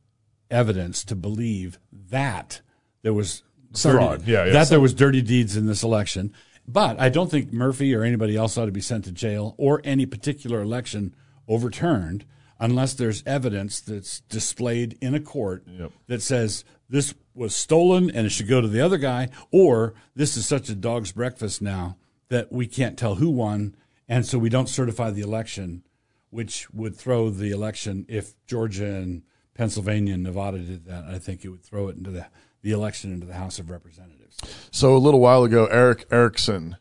evidence to believe that there was
Some-
fraud.
Yeah, yeah.
that
Some-
there was dirty deeds in this election. But I don't think Murphy or anybody else ought to be sent to jail or any particular election overturned unless there's evidence that's displayed in a court that says this was stolen and it should go to the other guy, or this is such a dog's breakfast now that we can't tell who won, and so we don't certify the election, which would throw the election if Georgia and Pennsylvania and Nevada did that. I think it would throw it into the, the election into the House of Representatives.
So a little while ago, Eric Erickson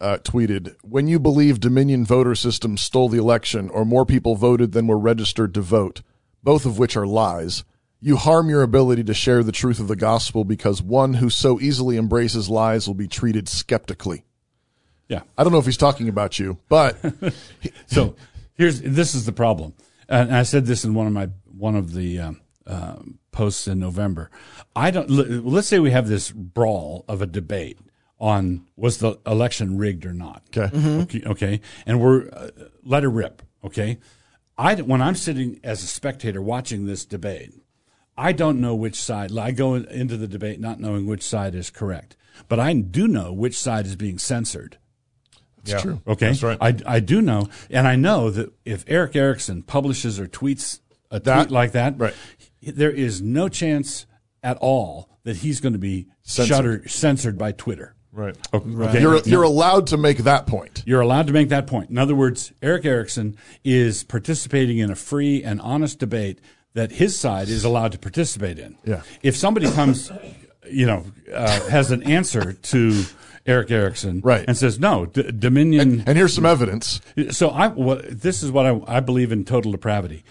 uh, tweeted, "When you believe Dominion voter system stole the election, or more people voted than were registered to vote, both of which are lies." You harm your ability to share the truth of the gospel because one who so easily embraces lies will be treated skeptically.
Yeah.
I don't know if he's talking about you, but
so here's this is the problem, and I said this in one of my one of the um, um, posts in November. I don't. l- Let's say we have this brawl of a debate on was the election rigged or not.
Okay.
Mhm.
Okay, okay, and we're uh, let her rip. Okay, I don't- when I'm sitting as a spectator watching this debate, I don't know which side. I go in- into the debate not knowing which side is correct, but I do know which side is being censored.
That's Yeah. true.
Okay.
That's right.
I, I do know, and I know that if Eric Erickson publishes or tweets a tweet like that, right. there is no chance at all that he's going to be
Censored.
shudder, censored by Twitter.
Right.
Okay.
You're,
No.
you're allowed to make that point.
You're allowed to make that point. In other words, Eric Erickson is participating in a free and honest debate that his side is allowed to participate in.
Yeah.
If somebody comes, you know, uh, has an answer to Eric Erickson, right. and says no, D- Dominion, and,
here's some evidence.
So I, what, this is what I, I believe in total depravity.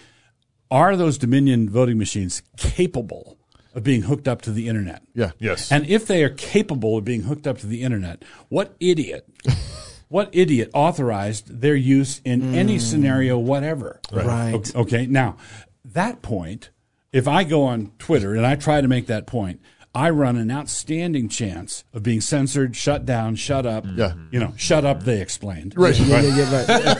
Are those Dominion voting machines capable of being hooked up to the internet?
Yeah.
Yes.
And if they are capable of being hooked up to the internet, what idiot, what idiot authorized their use in any scenario, whatever?
Right. Right.
O- Okay. Now, that point, if I go on Twitter and I try to make that point, I run an outstanding chance of being censored, shut down, shut up. Yeah. You know, shut up, they explained.
Right. Yeah, yeah,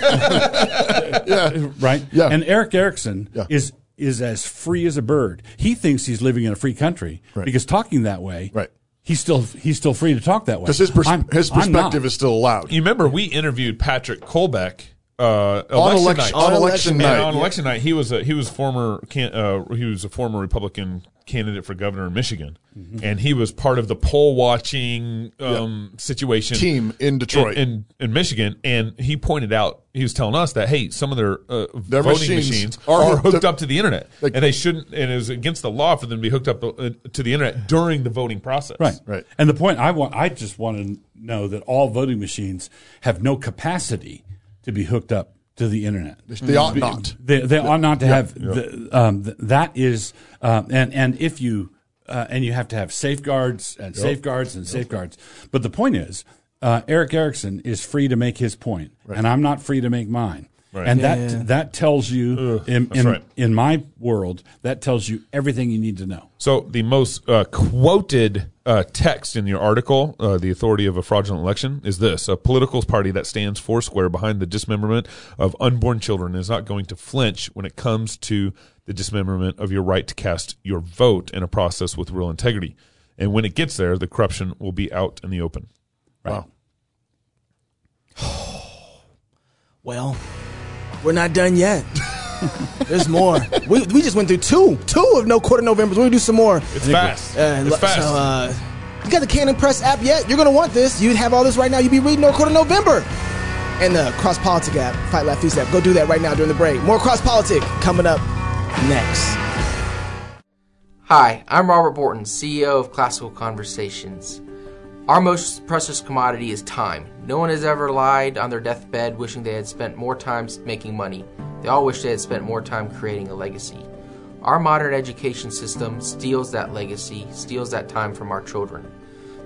yeah. Right. Yeah. And Eric Erickson is is as free as a bird. He thinks he's living in a free country because talking that way, right. He's still he's still free to talk that way. I'm- I'm not.
is still allowed.
You remember we interviewed Patrick Colbeck uh, election
On election-
night. And On
on election night. Yeah.
election night, he was a he was former can, uh, he was a former Republican candidate for governor in Michigan,
Mm-hmm.
and he was part of the poll watching um, situation
Team in Detroit.
in, in in Michigan. And he pointed out he was telling us that hey, some of their, uh,
Their
voting
machines
machines,
are
are,
hooked
hooked
up-
up, to the internet, and they shouldn't. And it was against the law for them to be hooked up uh, to the internet during the voting process.
Right. Right. And the point I want, I just want to know that all voting machines have no capacity to be hooked up to the internet.
They ought not.
They, they ought not to
Yeah.
have.
Yeah.
The, um, th- that is, um, and and if you uh, and you have to have safeguards and
Yep.
safeguards and safeguards. But the point is, uh, Eric Erickson is free to make his point, and I'm not free to make mine.
Right.
And
Yeah.
that that tells you in
that's
in,
right.
in my world that tells you everything you need to know.
So the most uh, quoted uh, text in your article, uh, "The Authority of a Fraudulent Election," is this: A political party that stands foursquare behind the dismemberment of unborn children is not going to flinch when it comes to the dismemberment of your right to cast your vote in a process with real integrity. And when it gets there, the corruption will be out in the open.
Wow. Well, we're not done yet. There's more. we, we just went through two, two of no quarter Novembers. We're gonna do some more.
It's fast.
Uh,
it's
so,
fast.
uh, you got the Canon Press app yet? You're gonna want this. You'd have all this right now. You'd be reading no quarter November. And the Cross Politic app, Fight Laugh Feast app. Go do that right now during the break. More Cross Politic coming up next.
Hi, I'm Robert Borton, CEO of Classical Conversations. Our most precious commodity is time. No one has ever lied on their deathbed wishing they had spent more time making money. They all wish they had spent more time creating a legacy. Our modern education system steals that legacy, steals that time from our children.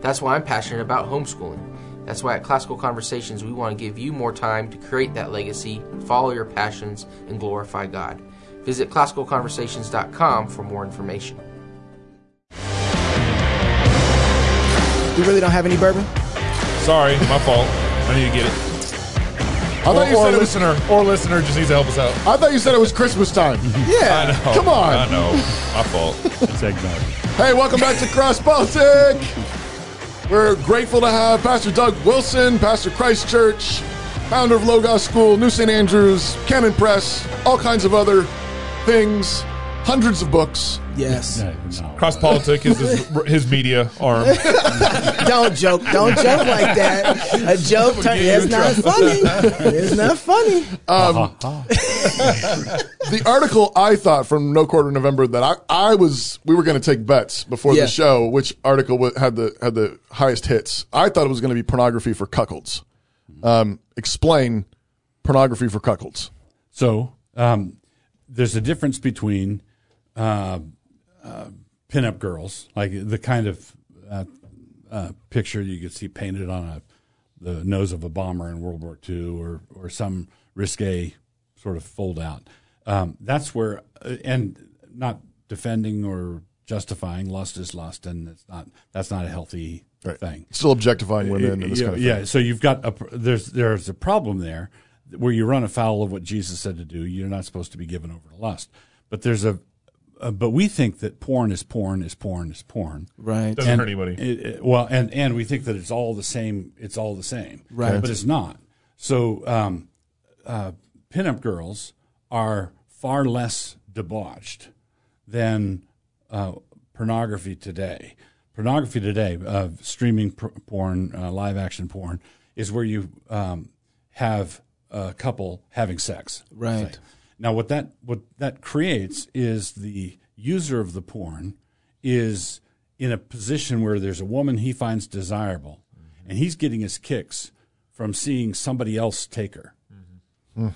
That's why I'm passionate about homeschooling. That's why at Classical Conversations we want to give you more time to create that legacy, follow your passions, and glorify God. Visit classicalconversations.com for more information.
We really don't have any bourbon.
Sorry, my fault. I need to get it. I
thought
or,
you
or
said it was-
listener, or listener just needs to help us out.
I thought you said it was Christmas time.
I know.
Come on.
I know. My fault. It's eggnog.
Hey, welcome back to Cross Baltic. We're grateful to have Pastor Doug Wilson, Pastor Christchurch, founder of Logos School, New St. Andrews, Canon Press, all kinds of other things, hundreds of books.
Yes.
Cross politic is his, his media arm.
don't joke. Don't joke like that. A joke turn.
get you
It's
in
not
trouble.
funny. It's not funny.
Uh-huh.
Um, the article I thought from No Quarter November that I, I was we were going to take bets before
Yeah.
the show which article wa- had the had the highest hits. I thought it was going to be pornography for cuckolds. Um, explain pornography for cuckolds.
So um, there's a difference between uh, uh, pinup girls, like the kind of uh, uh, picture you could see painted on a, the nose of a bomber in World War II, or or some risque sort of fold out. Um, that's where, uh, and not defending or justifying lust is lust, and it's not that's not a healthy thing.
Still objectifying women and this
yeah,
kind of
yeah,
thing.
so you've got a pr- there's there's a problem there where you run afoul of what Jesus said to do. You're not supposed to be given over to lust. But there's a, uh, but we think that porn is porn is porn is porn.
Right.
Doesn't
And
hurt anybody.
it- it- well, and and we think that it's all the same. It's all the same.
Right.
But it's not. So um, uh, pinup girls are far less debauched than uh, pornography today. Pornography today, uh, streaming pr- porn, uh, live action porn, is where you um, have a couple having sex.
Right.
Now, what that what that creates is the user of the porn is in a position where there's a woman he finds desirable, and he's getting his kicks from seeing somebody else take her.
Mm.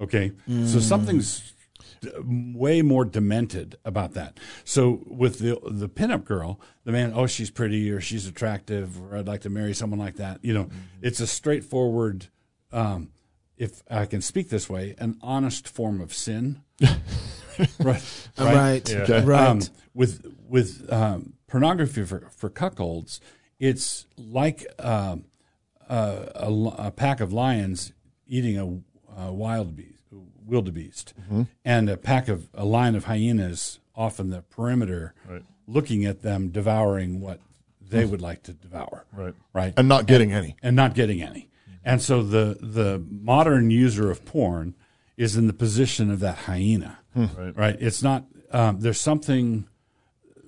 Okay, so
Mm.
something's d- way more demented about that. So with the the pinup girl, the man, oh, she's pretty or she's attractive or I'd like to marry someone like that. You know, it's a straightforward. Um, if I can speak this way, an honest form of sin. right,
Right. Yeah. Okay. Right.
Um, with with um, pornography for for cuckolds, it's like um, a, a, li- a pack of lions eating a, a wild beast, wildebeest, and a pack of a line of hyenas off in the perimeter, looking at them devouring what they would like to devour.
Right.
Right.
And not getting any.
And not getting any. And so the the modern user of porn is in the position of that hyena.
Hmm. Right.
It's not um, there's something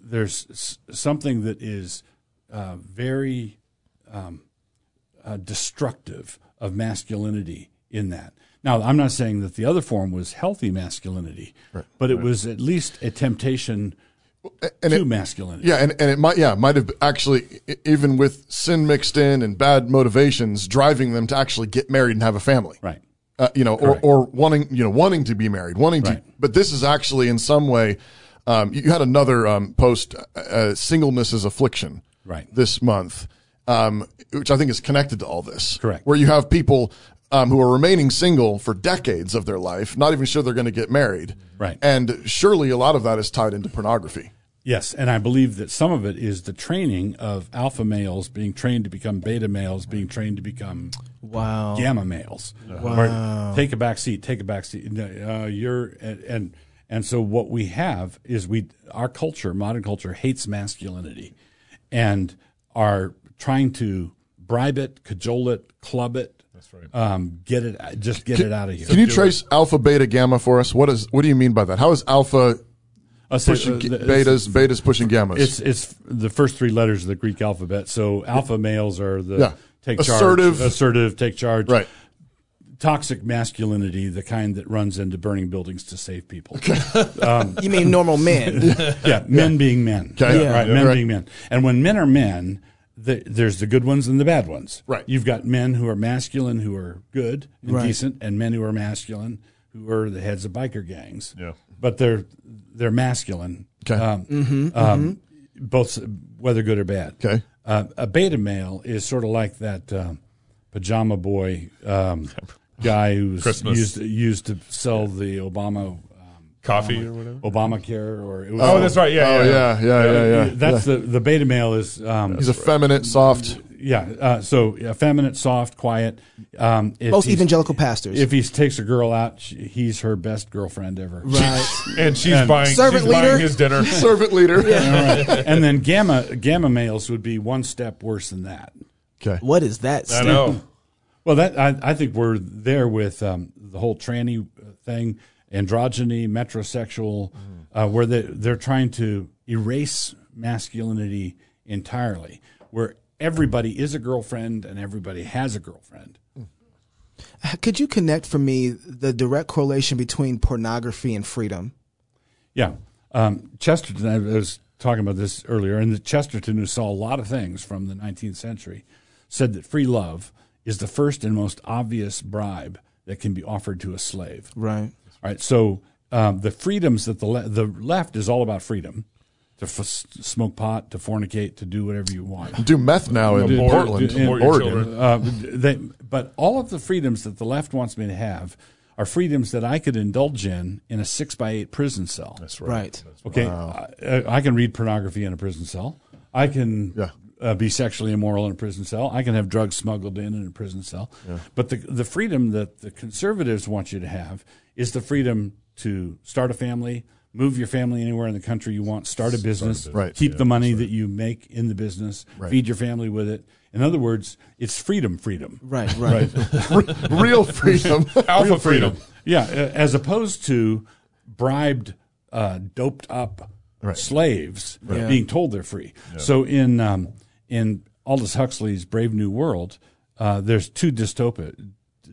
there's s- something that is uh, very um, uh, destructive of masculinity in that. Now, I'm not saying that the other form was healthy masculinity, but it was at least a temptation to masculinity.
Yeah, and, and it might yeah it might have actually e- even with sin mixed in and bad motivations driving them to actually get married and have a family.
Right.
Uh, you know, or, or wanting you know wanting to be married, wanting to. But this is actually in some way. Um, you you had another um, post, uh, uh, singleness is affliction,
Right.
This month, um, which I think is connected to all this,
Correct.
Where you have people um, who are remaining single for decades of their life, not even sure they're going to get married,
Right.
And surely a lot of that is tied into pornography.
Yes, and I believe that some of it is the training of alpha males being trained to become beta males, being trained to become
wow
gamma males.
Wow.
Or take a back seat, take a back seat. No, Uh, you're and, and and so what we have is we our culture, modern culture, hates masculinity, and are trying to bribe it, cajole it, club it. That's right. Um, get it, just get
Can-
it out of here.
Can you trace alpha, beta, gamma for us? What is? What do you mean by that? How is alpha
Uh, so,
pushing
uh,
ga-
the-
betas? Betas pushing gammas.
It's it's the first three letters of the Greek alphabet. So alpha males are the
Yeah.
take
Assertive.
charge, assertive, take charge,
Right.
Toxic masculinity, the kind that runs into burning buildings to save people. Um,
You mean normal men.
yeah, men being men.
Okay.
Yeah,
Yeah.
Right,
Yeah.
men
Right.
being men. And when men are men, the, there's the good ones and the bad ones.
Right.
You've got men who are masculine, who are good and
Right.
decent, and men who are masculine, who are the heads of biker gangs.
Yeah.
But they're they're masculine.
Okay.
Um,
Mhm,
um, Both whether good or bad.
Okay.
Uh, a beta male is sort of like that um, pajama boy um, guy who's
Christmas.
used used to sell the Obama um,
Coffee
Obama-
or whatever?
Obamacare or it
Oh, that's right. Yeah,
Oh,
yeah,
yeah, yeah, yeah, yeah.
Uh, That's
Yeah.
the the beta male is. Um,
He's effeminate, soft.
Yeah. Uh, so effeminate, soft, quiet. Um, if
Most
he's-
evangelical pastors.
If he takes a girl out, she, he's her best girlfriend ever.
Right.
And she's buying-
Servant she's buying leader. his dinner.
Servant leader.
Yeah, all right. And then gamma gamma males would be one step worse than that.
Okay.
What is that?
I
know.
Well, that I, I think we're there with um, the whole tranny uh, thing, androgyny, metrosexual, uh, where they, they're trying to erase masculinity entirely, where everybody is a girlfriend and everybody has a girlfriend.
Could you connect for me the direct correlation between pornography and freedom?
Yeah. Um, Chesterton, I was talking about this earlier, and the Chesterton, who saw a lot of things from the 19th century, said that free love is the first and most obvious bribe that can be offered to a slave.
Right.
All right. So um, the freedoms that the, le- the left is all about freedom to f- smoke pot, to fornicate, to do whatever you want.
Do meth now in
Abort-
Portland,
in
Oregon.
Uh, they, but all of the freedoms that the left wants me to have are freedoms that I could indulge in in a six by eight prison cell. That's
right. Right. That's
Okay.
right.
I, I can read pornography in a prison cell. I can uh, be sexually immoral in a prison cell. I can have drugs smuggled in in a prison cell.
Yeah.
But the the freedom that the conservatives want you to have is the freedom to start a family, move your family anywhere in the country you want, start a
Start a
business,
business. Right.
keep
Yeah,
the money that you make in the business,
Right.
feed your family with it. In other words, it's freedom, freedom.
Right, right.
Re- real freedom.
Alpha
Real
freedom.
Yeah, uh, as opposed to bribed, uh, doped up slaves
Right. Yeah.
being told they're free.
Yeah.
So in um, in Aldous Huxley's Brave New World, uh, there's two dystopic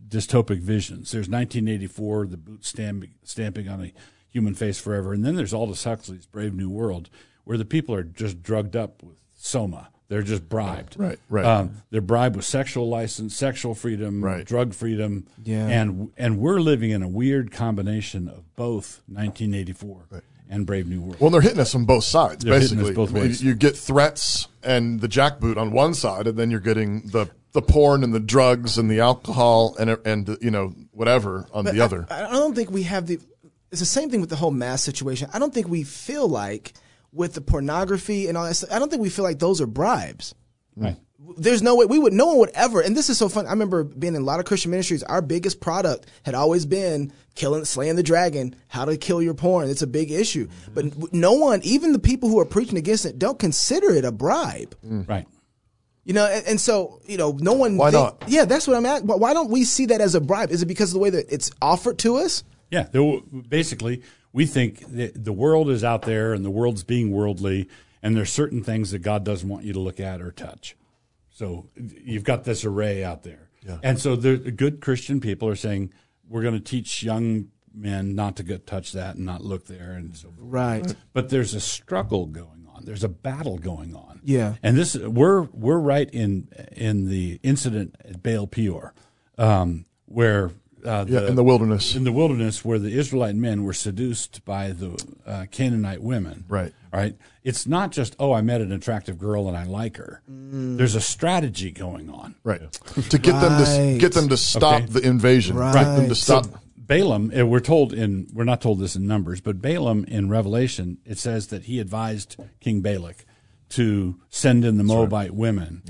dystopic visions. There's 1984, the boot stamping, stamping on a human face forever, and then there's Aldous Huxley's Brave New World, where the people are just drugged up with soma. They're just bribed.
Right, right.
Um, they're bribed with sexual license, sexual freedom,
Right.
drug freedom,
Yeah.
and and we're living in a weird combination of both 1984 and Brave New World.
Well, they're hitting us from both sides,
They're hitting us
basically.
both
I mean,
ways.
You get threats and the jackboot on one side, and then you're getting the, the porn and the drugs and the alcohol and and you know whatever on
But
the
I-
other.
I, don't think we have the. It's the same thing with the whole mass situation. I don't think we feel like with the pornography and all that. stuff, I don't think we feel like those are bribes.
Right.
There's no way we would. No one would ever. And this is so fun. I remember being in a lot of Christian ministries. Our biggest product had always been killing, slaying the dragon. How to kill your porn. It's a big issue. But w- no one, even the people who are preaching against it, don't consider it a bribe.
Mm.
Right.
You know, and, and so you know, no one.
Mm. Why
think-
not?
Yeah, that's what I'm at. Why- Why don't we see that as a bribe? Is it because of the way that it's offered to us?
Yeah, there w- basically, we think that the world is out there and the world's being worldly, and there's certain things that God doesn't want you to look at or touch. So you've got this array out there.
Yeah.
And so the good Christian people are saying, we're going to teach young men not to get, touch that and not look there and so forth.
Right.
But there's a struggle going on. There's a battle going on.
Yeah.
And this we're we're right in in the incident at Baal Peor, um, where uh,
Yeah, in the wilderness.
in the wilderness where the Israelite men were seduced by the uh, Canaanite women.
Right.
All right. It's not just oh I met an attractive girl and I like her. There's a strategy going on.
Mm. Right. To get them to s- get them to stop
Okay.
the invasion. Get them to stop.
So Balaam, and we're told in we're not told this in numbers, but Balaam in Revelation it says that he advised King Balak to send in the Moabite women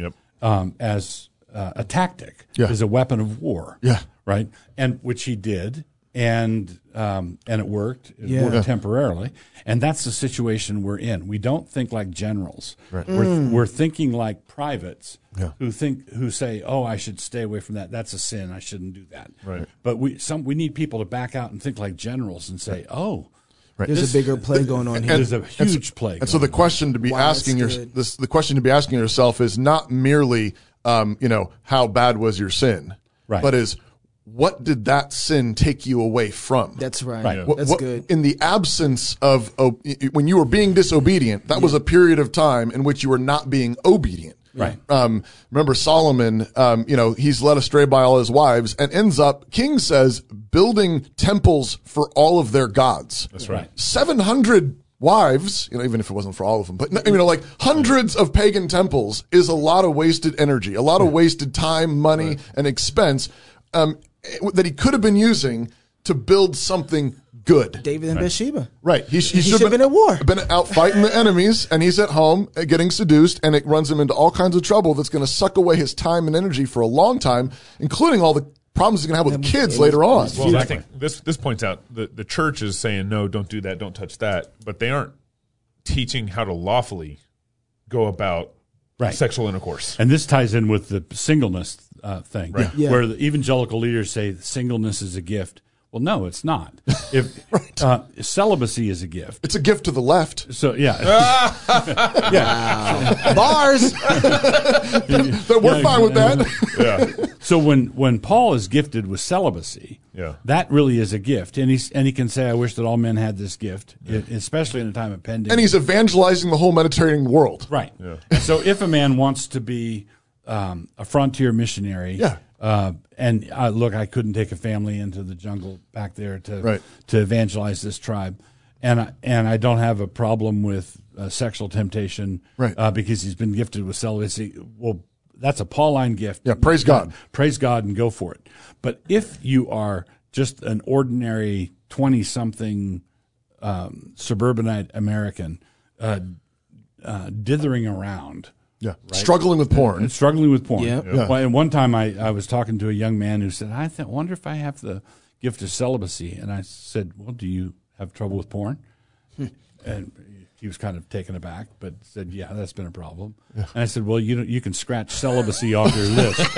um, as uh, a tactic,
Yeah.
as a weapon of war.
Yeah.
Right, and which he did. and um, and it worked. It
Yeah.
worked temporarily, and that's the situation we're in. We don't think like generals.
Right.
We're
Mm.
we're thinking like privates
Yeah.
who think who say, "Oh, I should stay away from that. That's a sin. I shouldn't do that."
Right.
But we some we need people to back out and think like generals and say, "Oh,
There's a bigger play going on here.
There's a huge
and so,
play.
And so the question to be
Wow,
asking your
that's
this, the question to be asking yourself is not merely um, you know how bad was your sin,
Right.
But is what did that sin take you away from?
That's right.
Right.
What-
That's
what-
good.
In the absence of o- when you were being disobedient, that was a period of time in which you were not being obedient.
Right.
Uh,
Um, remember Solomon? Um, you know he's led astray by all his wives, and ends up. King says building temples for all of their gods.
That's right.
700 wives, you know, even if it wasn't for all of them, but you know, like hundreds of pagan temples is a lot of wasted energy, a lot of wasted time, money, and expense um, eh, that he could have been using to build something good.
David and Bathsheba.
Right. He, sh- he
He
should have
should've
been,
been at war.
Been out fighting the enemies, and he's at home uh, getting seduced, and it runs him into all kinds of trouble that's going to suck away his time and energy for a long time, including all the problems he's going to have with kids later on.
Well, I think this this points out the the church is saying no, don't do that, don't touch that, but they aren't teaching how to lawfully go about
Right.
sexual intercourse.
And this ties in with the singleness uh, thing,
Right. Yeah.
where the evangelical leaders say singleness is a gift. Well, no, it's not. If uh, celibacy is a gift,
it's a gift to the left.
So
Ah,
yeah, yeah,
bars.
But we're fine with that.
yeah. So when when Paul is gifted with celibacy,
Yeah.
that really is a gift, and he's and he can say, "I wish that all men had this gift," e-, especially in a time of pending.
And he's evangelizing the whole Mediterranean world.
Right. so if a man wants to be um, a frontier missionary,
Yeah.
uh, and uh, look, I couldn't take a family into the jungle back there to
Right.
to evangelize this tribe, and I, and I don't have a problem with uh, sexual temptation,
Right.
Uh, because he's been gifted with celibacy. Well, that's a Pauline gift.
Yeah, praise God.
praise God, and go for it. But if you are just an ordinary twenty-something um, suburbanite American uh, uh, dithering around.
Yeah. Struggling with porn.
And struggling with porn.
Yep. Yeah.
Well, and one time I, I was talking to a young man who said, I th- wonder if I have the gift of celibacy. And I said, Well, do you have trouble with porn? and he was kind of taken aback, but said, "Yeah, that's been a problem." And I said, "Well, you don't, you can scratch celibacy off your list.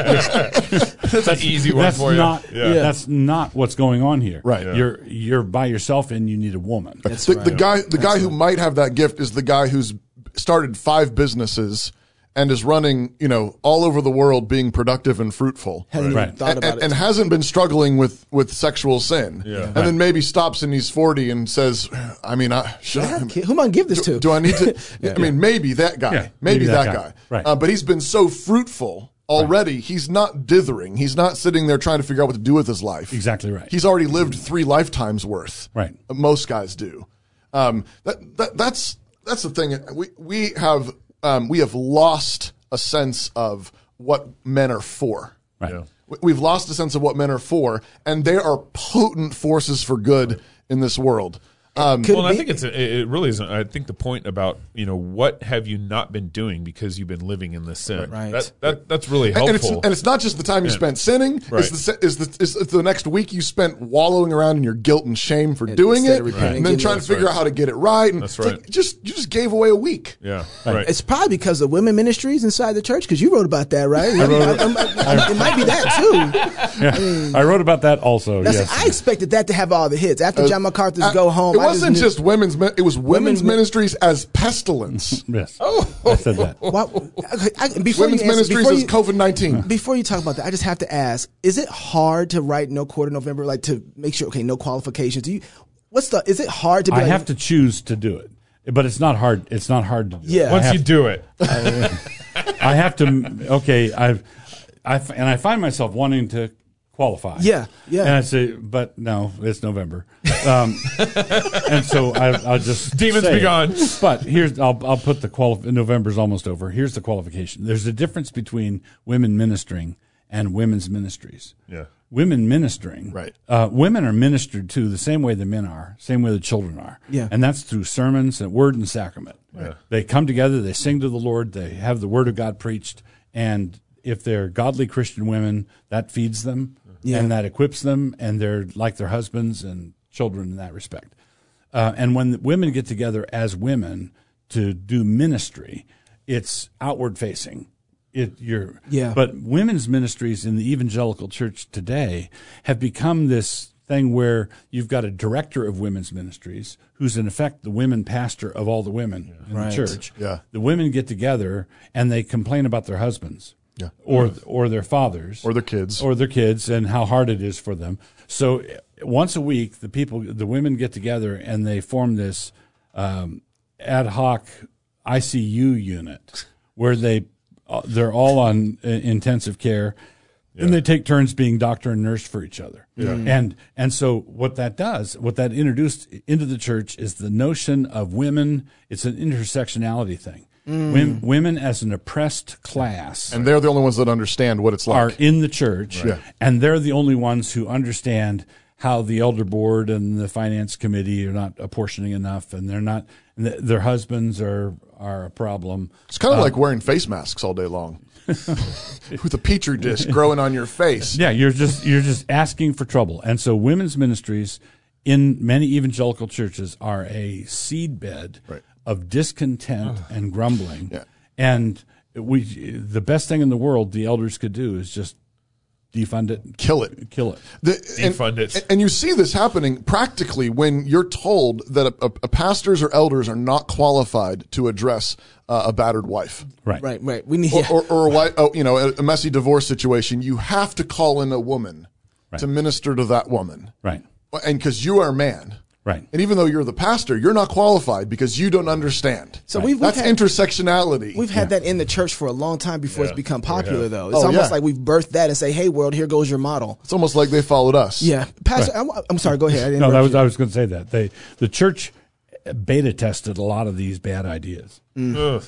That's an easy one
that's
for you.
Not,
Yeah.
That's not what's going on here.
Right. Yeah.
You're you're by yourself, and you need a woman.
the, the guy, the guy who might have that gift is the guy who's started five businesses and is running, you know, all over the world, being productive and fruitful,
Hadn't even Right. thought
And-
about
and,
it.
and hasn't been struggling with with sexual sin.
Yeah.
and then maybe stops and he's forty and says, "I mean, I, should
I
I,
have kids. Who am I gonna give this to?
do, do I need to? I mean, maybe that guy,
Yeah,
maybe, that, guy.
Right.
Uh, but he's been so fruitful." Already, he's not dithering. He's not sitting there trying to figure out what to do with his life.
Exactly right.
He's already lived three lifetimes worth.
Right.
Most guys do. Um, that, that that's that's the thing. We we have um, we have lost a sense of what men are for.
Right. Yeah.
We- We've lost a sense of what men are for, and they are potent forces for good in this world. Um,
well, and I think it's a, it really isn't. I think the point about you know what have you not been doing because you've been living in this sin.
Right.
That, that that's really
and,
helpful.
and it's and it's not just the time you
Yeah.
spent sinning.
Right.
It's the se- is the is the next week you spent wallowing around in your guilt and shame for doing
instead
it,
of repenting,
and then
getting
trying to
it.
figure out how to get it right. And
That's
it's like,
right.
just you just gave away a week.
yeah. Right.
It's probably because of women ministries inside the church because you wrote about that, right?
I wrote-
I- I- I- it might be that too.
Yeah. I wrote about that also.
That's-
yes.
I expected that to have all the hits after John MacArthur's
Uh,
"Go Home."
It
I
wasn't
knew-
just, women's. min- It was women's
Women-
ministries as pestilence.
yes. I said that.
Why- okay, I- before
women's
you answer-
ministries
before
as
you-
COVID nineteen.
Before you talk about that, I just have to ask: Is it hard to write no quarter November? Like to make sure, okay, no qualifications. Do you? What's the? Is it hard to? Be
I
like,
have to choose to do it, but it's not hard. It's not hard to do.
Yeah.
it.
Once
I have
you
to-
do it,
I have to. Okay, I've, I f- and I find myself wanting to qualify.
Yeah, yeah.
And I say, but no, it's November, um, and so I, I'll just
Demons
say
be
it.
gone.
But here's I'll I'll put the qualif. November's almost over. Here's the qualification. There's a difference between women ministering and women's ministries.
Yeah.
Women ministering,
Right.
Uh, women are ministered to the same way the men are, same way the children are,
Yeah.
And that's through sermons and word and sacrament.
Yeah.
They come together, they sing to the Lord, they have the word of God preached, and if they're godly Christian women, that feeds them and that equips them, and they're like their husbands and children in that respect. Uh, and when the women get together as women to do ministry, it's outward facing. It you're
Yeah.
But women's ministries in the evangelical church today have become this thing where you've got a director of women's ministries who's in effect the women pastor of all the women in
Right.
the church.
Yeah.
The women get together and they complain about their husbands.
Yeah.
Or or their fathers
Or their kids.
or their kids and how hard it is for them. So eh, once a week, the people, the women get together and they form this um, ad hoc ICU unit where they uh, they're all on uh, intensive care. And they take turns being doctor and nurse for each other,
Yeah. Mm.
and and so what that does, what that introduced into the church is the notion of women. It's an intersectionality thing.
Mm.
Women, women as an oppressed class,
And they're the only ones that understand what it's like.
are in the church,
Right. Yeah.
and they're the only ones who understand how the elder board and the finance committee are not apportioning enough, and they're not. And th- their husbands are are a problem.
It's kind of
Uh,
like wearing face masks all day long with a petri dish growing on your face.
Yeah, you're just you're just asking for trouble. And so women's ministries in many evangelical churches are a seedbed of discontent and grumbling. And we the best thing in the world the elders could do is just defund it,
kill it,
kill it.
and,
Defund it.
and- And you see this happening practically when you're told that a, a, a pastors or elders are not qualified to address uh, a battered wife.
Right.
Right, right. We need.
Or, or, or a wife, oh, you know, a, a messy divorce situation. You have to call in a woman to minister to that woman.
Right.
And because you are a man.
Right.
And even though you're the pastor, you're not qualified because you don't understand.
So we've- we've
that's
had-
intersectionality.
We've had that in the church for a long time before it's become popular, though. It's
Oh, yeah.
almost like we've birthed that and say, "Hey, world, here goes your model."
It's almost like they followed us.
Yeah, Pastor. I'm, I'm sorry. Go ahead. I didn't
no, that
interrupt
was
you.
I was going to say that they the church beta tested a lot of these bad ideas.
Yeah.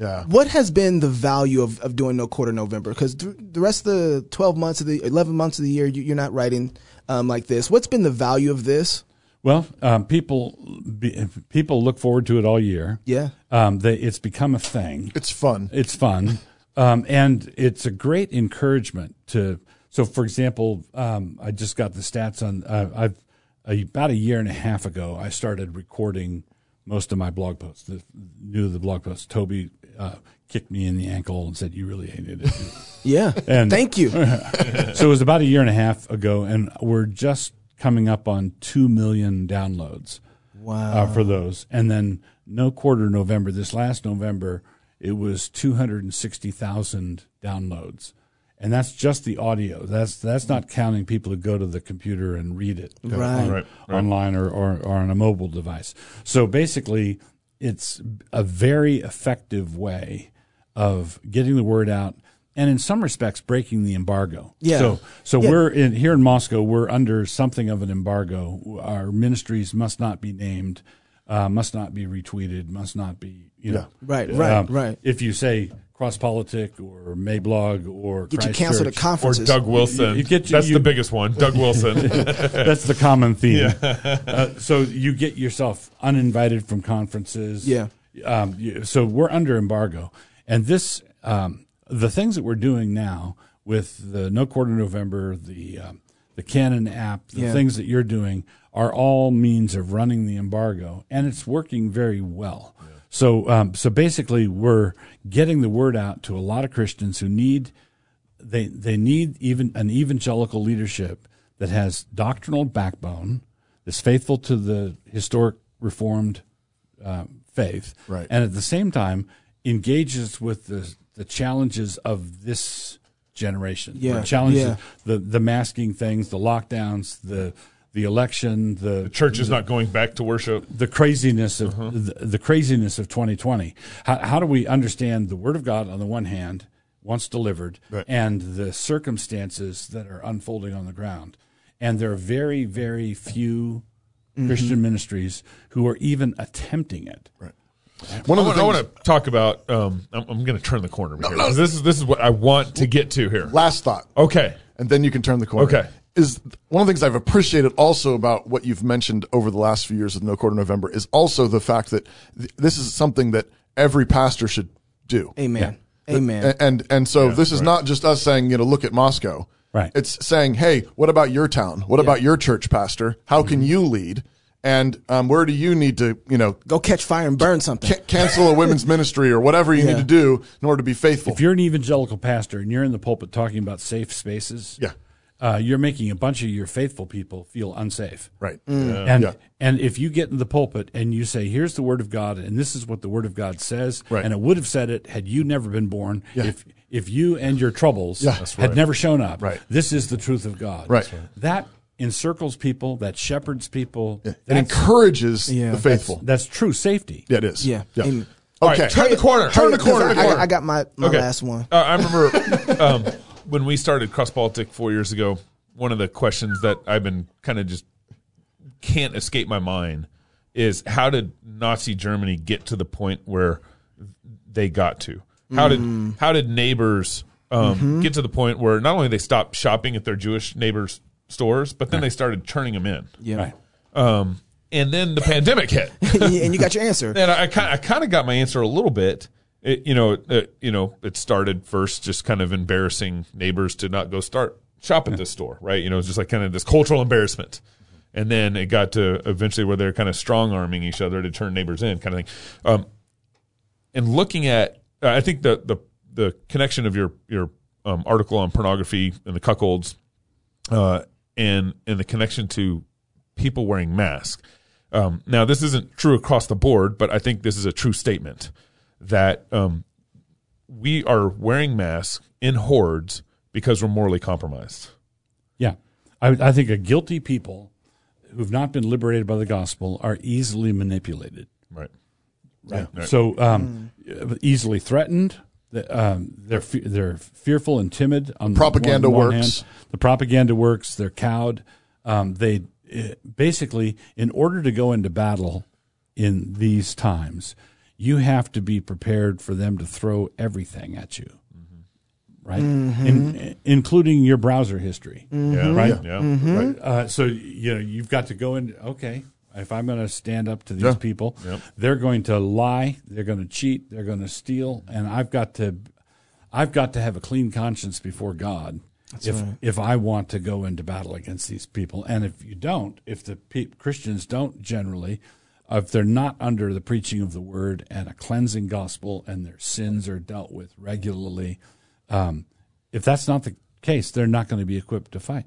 uh,
What has been the value of, of doing no quarter November? Because the rest of the 12 months of the 11 months of the year, you, you're not writing um, like this. What's been the value of this?
Well, um, people be, people look forward to it all year.
Yeah.
um, they, it's become a thing.
It's fun.
It's fun, um, and it's a great encouragement to. So, for example, um, I just got the stats on. Uh, I've a, about a year and a half ago, I started recording most of my blog posts. The, new to the blog posts, Toby uh, kicked me in the ankle and said, "You really hated it."
Yeah.
And
Thank you.
so it was about a year and a half ago, and we're just coming up on two million downloads.
Wow.
uh, for those, and then no quarter November. This last November, it was two hundred and sixty thousand downloads, and that's just the audio. That's that's not counting people who go to the computer and read it
Right.
on-
Right,
right.
online or, or or on a mobile device. So basically, it's a very effective way of getting the word out. And in some respects, breaking the embargo.
Yeah.
So, so
Yeah.
we're in here in Moscow. We're under something of an embargo. Our ministries must not be named, uh, must not be retweeted, must not be you know Uh,
Yeah. Right, right, right.
If you say cross politic or Mayblog or
Get you canceled
Christchurch
at conferences.
Or Doug Wilson. That's the biggest one, Doug Wilson.
That's the common theme.
Yeah.
Uh, so you get yourself uninvited from conferences.
Yeah.
Um, you- so we're under embargo, and this um, the things that we're doing now with the No Quarter November, the um, the Canon app, the
Yeah.
things that you're doing are all means of running the embargo, and it's working very well. So, um, so basically, we're getting the word out to a lot of Christians who need they they need even an evangelical leadership that has doctrinal backbone, that's faithful to the historic Reformed uh, faith,
Right.
and at the same time engages with the the challenges of this generation.
Yeah,
the challenges
yeah.
the the masking things, the lockdowns, the the election, the, the
Church is not going back to worship.
the craziness of
Uh-huh.
the, the craziness of 2020. How, how do we understand the Word of God on the one hand, once delivered, and the circumstances that are unfolding on the ground? And there are very, very few
Mm-hmm.
Christian ministries who are even attempting it.
Right.
One of the I want to talk about. Um, I'm, I'm going to turn the corner here.
no.
'cause This is this is what I want to get to here.
Last thought.
Okay.
And then you can turn the corner.
Okay.
Is one of the things I've appreciated also about what you've mentioned over the last few years of No Quarter November is also the fact that th- this is something that every pastor should do.
Amen. Amen.
A- And and so this is not just us saying, you know, look at Moscow.
Right.
It's saying, hey, what about your town? What about your church pastor? How
Mm-hmm.
can you lead? And um, where do you need to, you know,
go catch fire and burn something?
cancel a women's ministry or whatever you
Yeah.
need to do in order to be faithful.
If you're an evangelical pastor and you're in the pulpit talking about safe spaces,
yeah,
uh, you're making a bunch of your faithful people feel unsafe,
right?
Mm. Yeah.
And
Yeah.
and if you get in the pulpit and you say, "Here's the word of God," and this is what the word of God says,
Right.
and it would have said it had you never been born,
Yeah.
if if you and your troubles
Yeah. That's
had
right.
never shown up,
Right.
This is the truth of God,
Right. That's right.
That encircles people, that shepherds people,
Yeah. It
That's-
encourages the faithful.
That's, that's true safety.
Yeah, it is.
Yeah. Amen.
All right, turn the corner. Turn the corner.
I,
Turn the corner.
I got my, my
Okay.
last one.
Uh, I remember um, when we started Cross Politic four years ago. One of the questions that I've been kind of just can't escape my mind is how did Nazi Germany get to the point where they got to? How did how did neighbors um, get to the point where not only they stopped shopping at their Jewish neighbors' stores, but then they started turning them in?
Yeah.
Right.
Um, and then the pandemic hit.
Yeah, and you got your answer.
And I kind I kind of got my answer a little bit. It, you know, it, you know, it started first just kind of embarrassing neighbors to not go start shop at this store, right? You know, it's just like kind of this cultural embarrassment. And then it got to eventually where they're kind of strong arming each other to turn neighbors in, kind of thing. Um, and looking at, I think the the the connection of your your um, article on pornography and the cuckolds, uh, and and the connection to people wearing masks. Um, now, this isn't true across the board, but I think this is a true statement that um, we are wearing masks in hordes because we're morally compromised.
Yeah. I, I think a guilty people who've not been liberated by the gospel are easily manipulated.
Right.
Right.
Yeah.
So um, easily threatened. The- Um, they're fe- they're fearful and timid. On
Propaganda
one- one
works.
hand. The propaganda works. They're cowed. Um, they eh, basically, in order to go into battle in these times, you have to be prepared for them to throw everything at you, right? In, eh, including your browser history,
Mm-hmm.
Yeah.
right?
Mm-hmm. Yeah.
Right. Uh, so you know you've got to go in. Okay, if I'm going to stand up to these
Yeah.
people,
Yep.
they're going to lie, they're going to cheat, they're going to steal, and I've got to, I've got to have a clean conscience before God. if
right.
if I want to go into battle against these people, and if you don't, if the pe- Christians don't generally, uh, if they're not under the preaching of the word and a cleansing gospel, and their sins are dealt with regularly, um, if that's not the case, they're not going to be equipped to fight.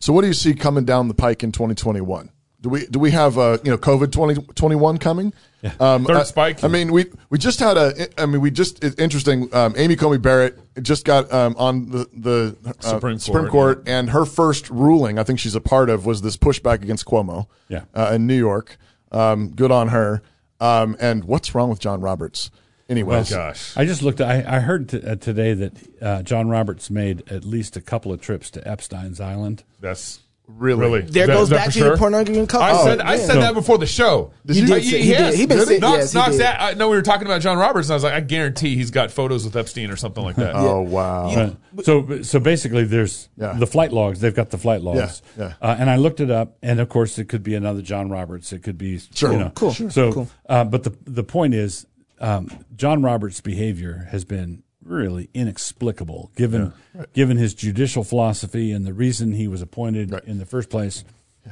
So what do you see coming down the pike in 2021? Do we do we have uh, you know COVID 2021 coming? Um,
Third
I-
spike.
I, mean, we we just had a. I mean, we just it's interesting. Um, Amy Comey Barrett just got um, on the the uh,
Supreme
Supreme
Court.
Court, and her first ruling, I think she's a part of, was this pushback against Cuomo.
Yeah.
uh, in New York. Um, good on her. Um, and what's wrong with John Roberts? Anyways,
Well, Oh, gosh.
I just looked. I, I heard t- uh, today that uh, John Roberts made at least a couple of trips to Epstein's Island.
That's
Really?
really
There
Is that-
goes
is that
back
for
to the pornography
I
and cuckold.
said I
Yeah.
said that before the show.
Did you-
Uh,
did say-
he
yes,
Oh, did. He been
did
saying-
Knox,
yes, he
Knox
did.
that. I, no, we were talking about John Roberts, and I was like, I guarantee he's got photos with Epstein or something like that.
Oh wow.
Uh, so, so basically, there's
Yeah.
the flight logs. They've got the flight logs.
Yeah, yeah.
Uh, and I looked it up, and of course, it could be another John Roberts. It could be
Sure.
you know.
Cool. Sure.
So,
Cool.
Uh, but the the point is, um, John Roberts' behavior has been really inexplicable, given given his judicial philosophy and the reason he was appointed in the first place.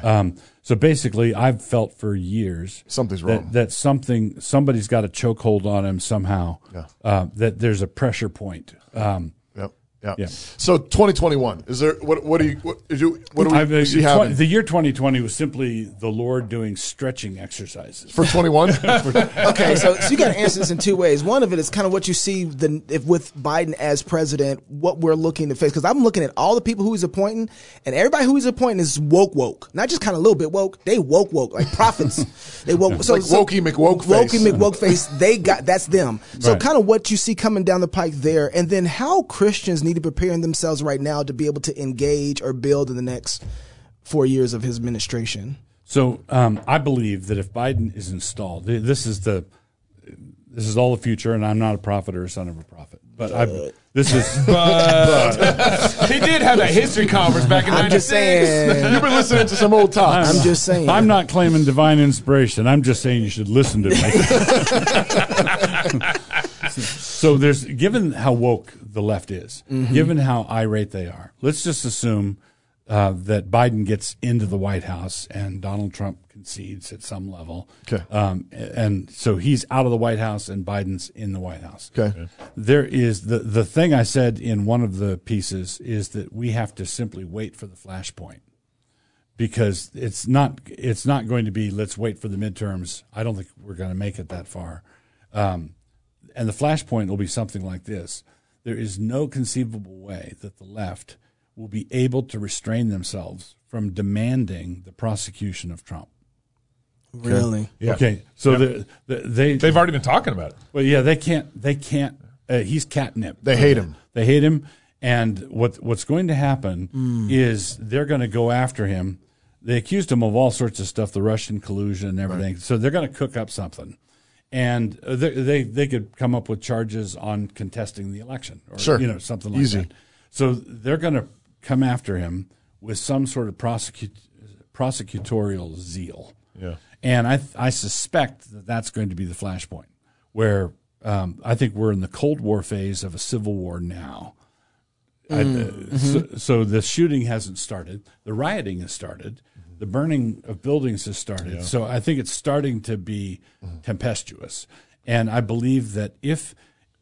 Um, so basically, I've felt for years
Something's
that-
wrong.
that something somebody's got a chokehold on him somehow.
Yeah.
Uh, that there's a pressure point. Um,
Yep. Yeah.
Yeah.
So 2021 is there? What? What do you? What, is you, what do we
I've, uh,
see
twen-
happening
the year 2020 was simply the Lord doing stretching exercises.
for 21?
okay, so, so you got to answer this in two ways. One of it is kind of what you see the if with Biden as president, what we're looking to face. Because I'm looking at all the people who he's appointing, and everybody who he's appointing is woke, woke. Not just kind of a little bit woke. They woke, woke like prophets. they woke. So,
Like
so-
wokey McWokeface.
Wokey McWokeface. They got that's them. So
Right.
kind of what you see coming down the pike there, and then how Christians need to prepare themselves right now to be able to engage or build in the next four years of his administration.
So um, I believe that if Biden is installed, th- this is the this is all the future, and I'm not a prophet or a son of a prophet, but I
Uh,
this is
he did have that history conference back in
I'm
96.
just saying.
You've been listening to some old talks.
I'm just saying.
I'm not claiming divine inspiration. I'm just saying you should listen to me. so there's given how woke the left is,
Mm-hmm.
Mhm.
given how irate they are. Let's just assume uh, that Biden gets into the White House and Donald Trump concedes at some level.
Okay.
Um, and so he's out of the White House and Biden's in the White House.
Okay. Okay.
There is the the thing I said in one of the pieces is that we have to simply wait for the flashpoint because it's not it's not going to be let's wait for the midterms. I don't think we're going to make it that far. Um, and the flashpoint will be something like this: there is no conceivable way that the left will be able to restrain themselves from demanding the prosecution of Trump.
Really?
Yeah.
Okay. So
Yeah.
the, the, they
They've already been talking about it.
Well, yeah, they can't. They can't. Uh, he's catnip.
They hate him.
They hate him. And what what's going to happen
Hmm.
Mm.
is they're going to go after him. They accused him of all sorts of stuff, the Russian collusion and everything. So they're going to cook up something, and uh, they, they they could come up with charges on contesting the election or
Sure.
you know something like
Easy.
that. So they're going to come after him with some sort of prosecute, prosecutorial zeal.
Yeah.
And I, I suspect that that's going to be the flashpoint where um, I think we're in the Cold War phase of a civil war now. I-
Mm.
uh, so, so the shooting hasn't started, the rioting has started, the burning of buildings has started.
Yeah.
So I think it's starting to be tempestuous. And I believe that if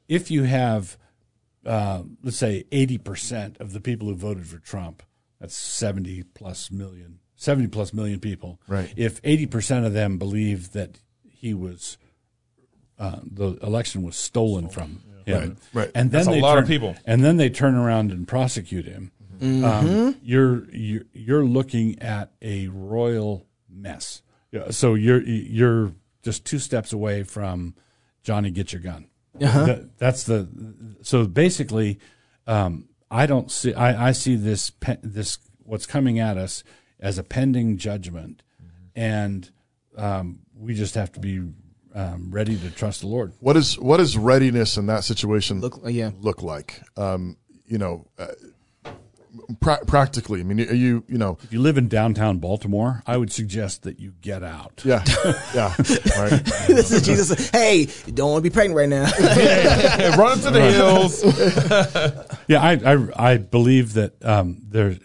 if you have uh, let's say 80% of the people who voted for Trump, that's 70 plus million, 70 plus million people.
Right.
If 80% of them believe that he was, uh, the election was stolen from him.
Right, right.
And then
That's a
they
lot of
turn-
people.
And then they turn around and prosecute him.
Mhm.
Um,
Mhm.
you're, you're, you're looking at a royal mess. Yeah, So you're, you're just two steps away from Johnny, get your gun.
Uh-huh.
That- that's the so basically um, i don't see i, I see this pe- this what's coming at us as a pending judgment and um, we just have to be um, ready to trust the lord
What is what does readiness in that situation look,
yeah.
look like? Um, you know, uh, pra- practically. I mean, are you you know,
if you live in downtown baltimore i would suggest that you get out
yeah yeah
this is Jesus. Hey, you don't want to be pregnant right now.
Run to the hills.
yeah, I, I I believe that um, there's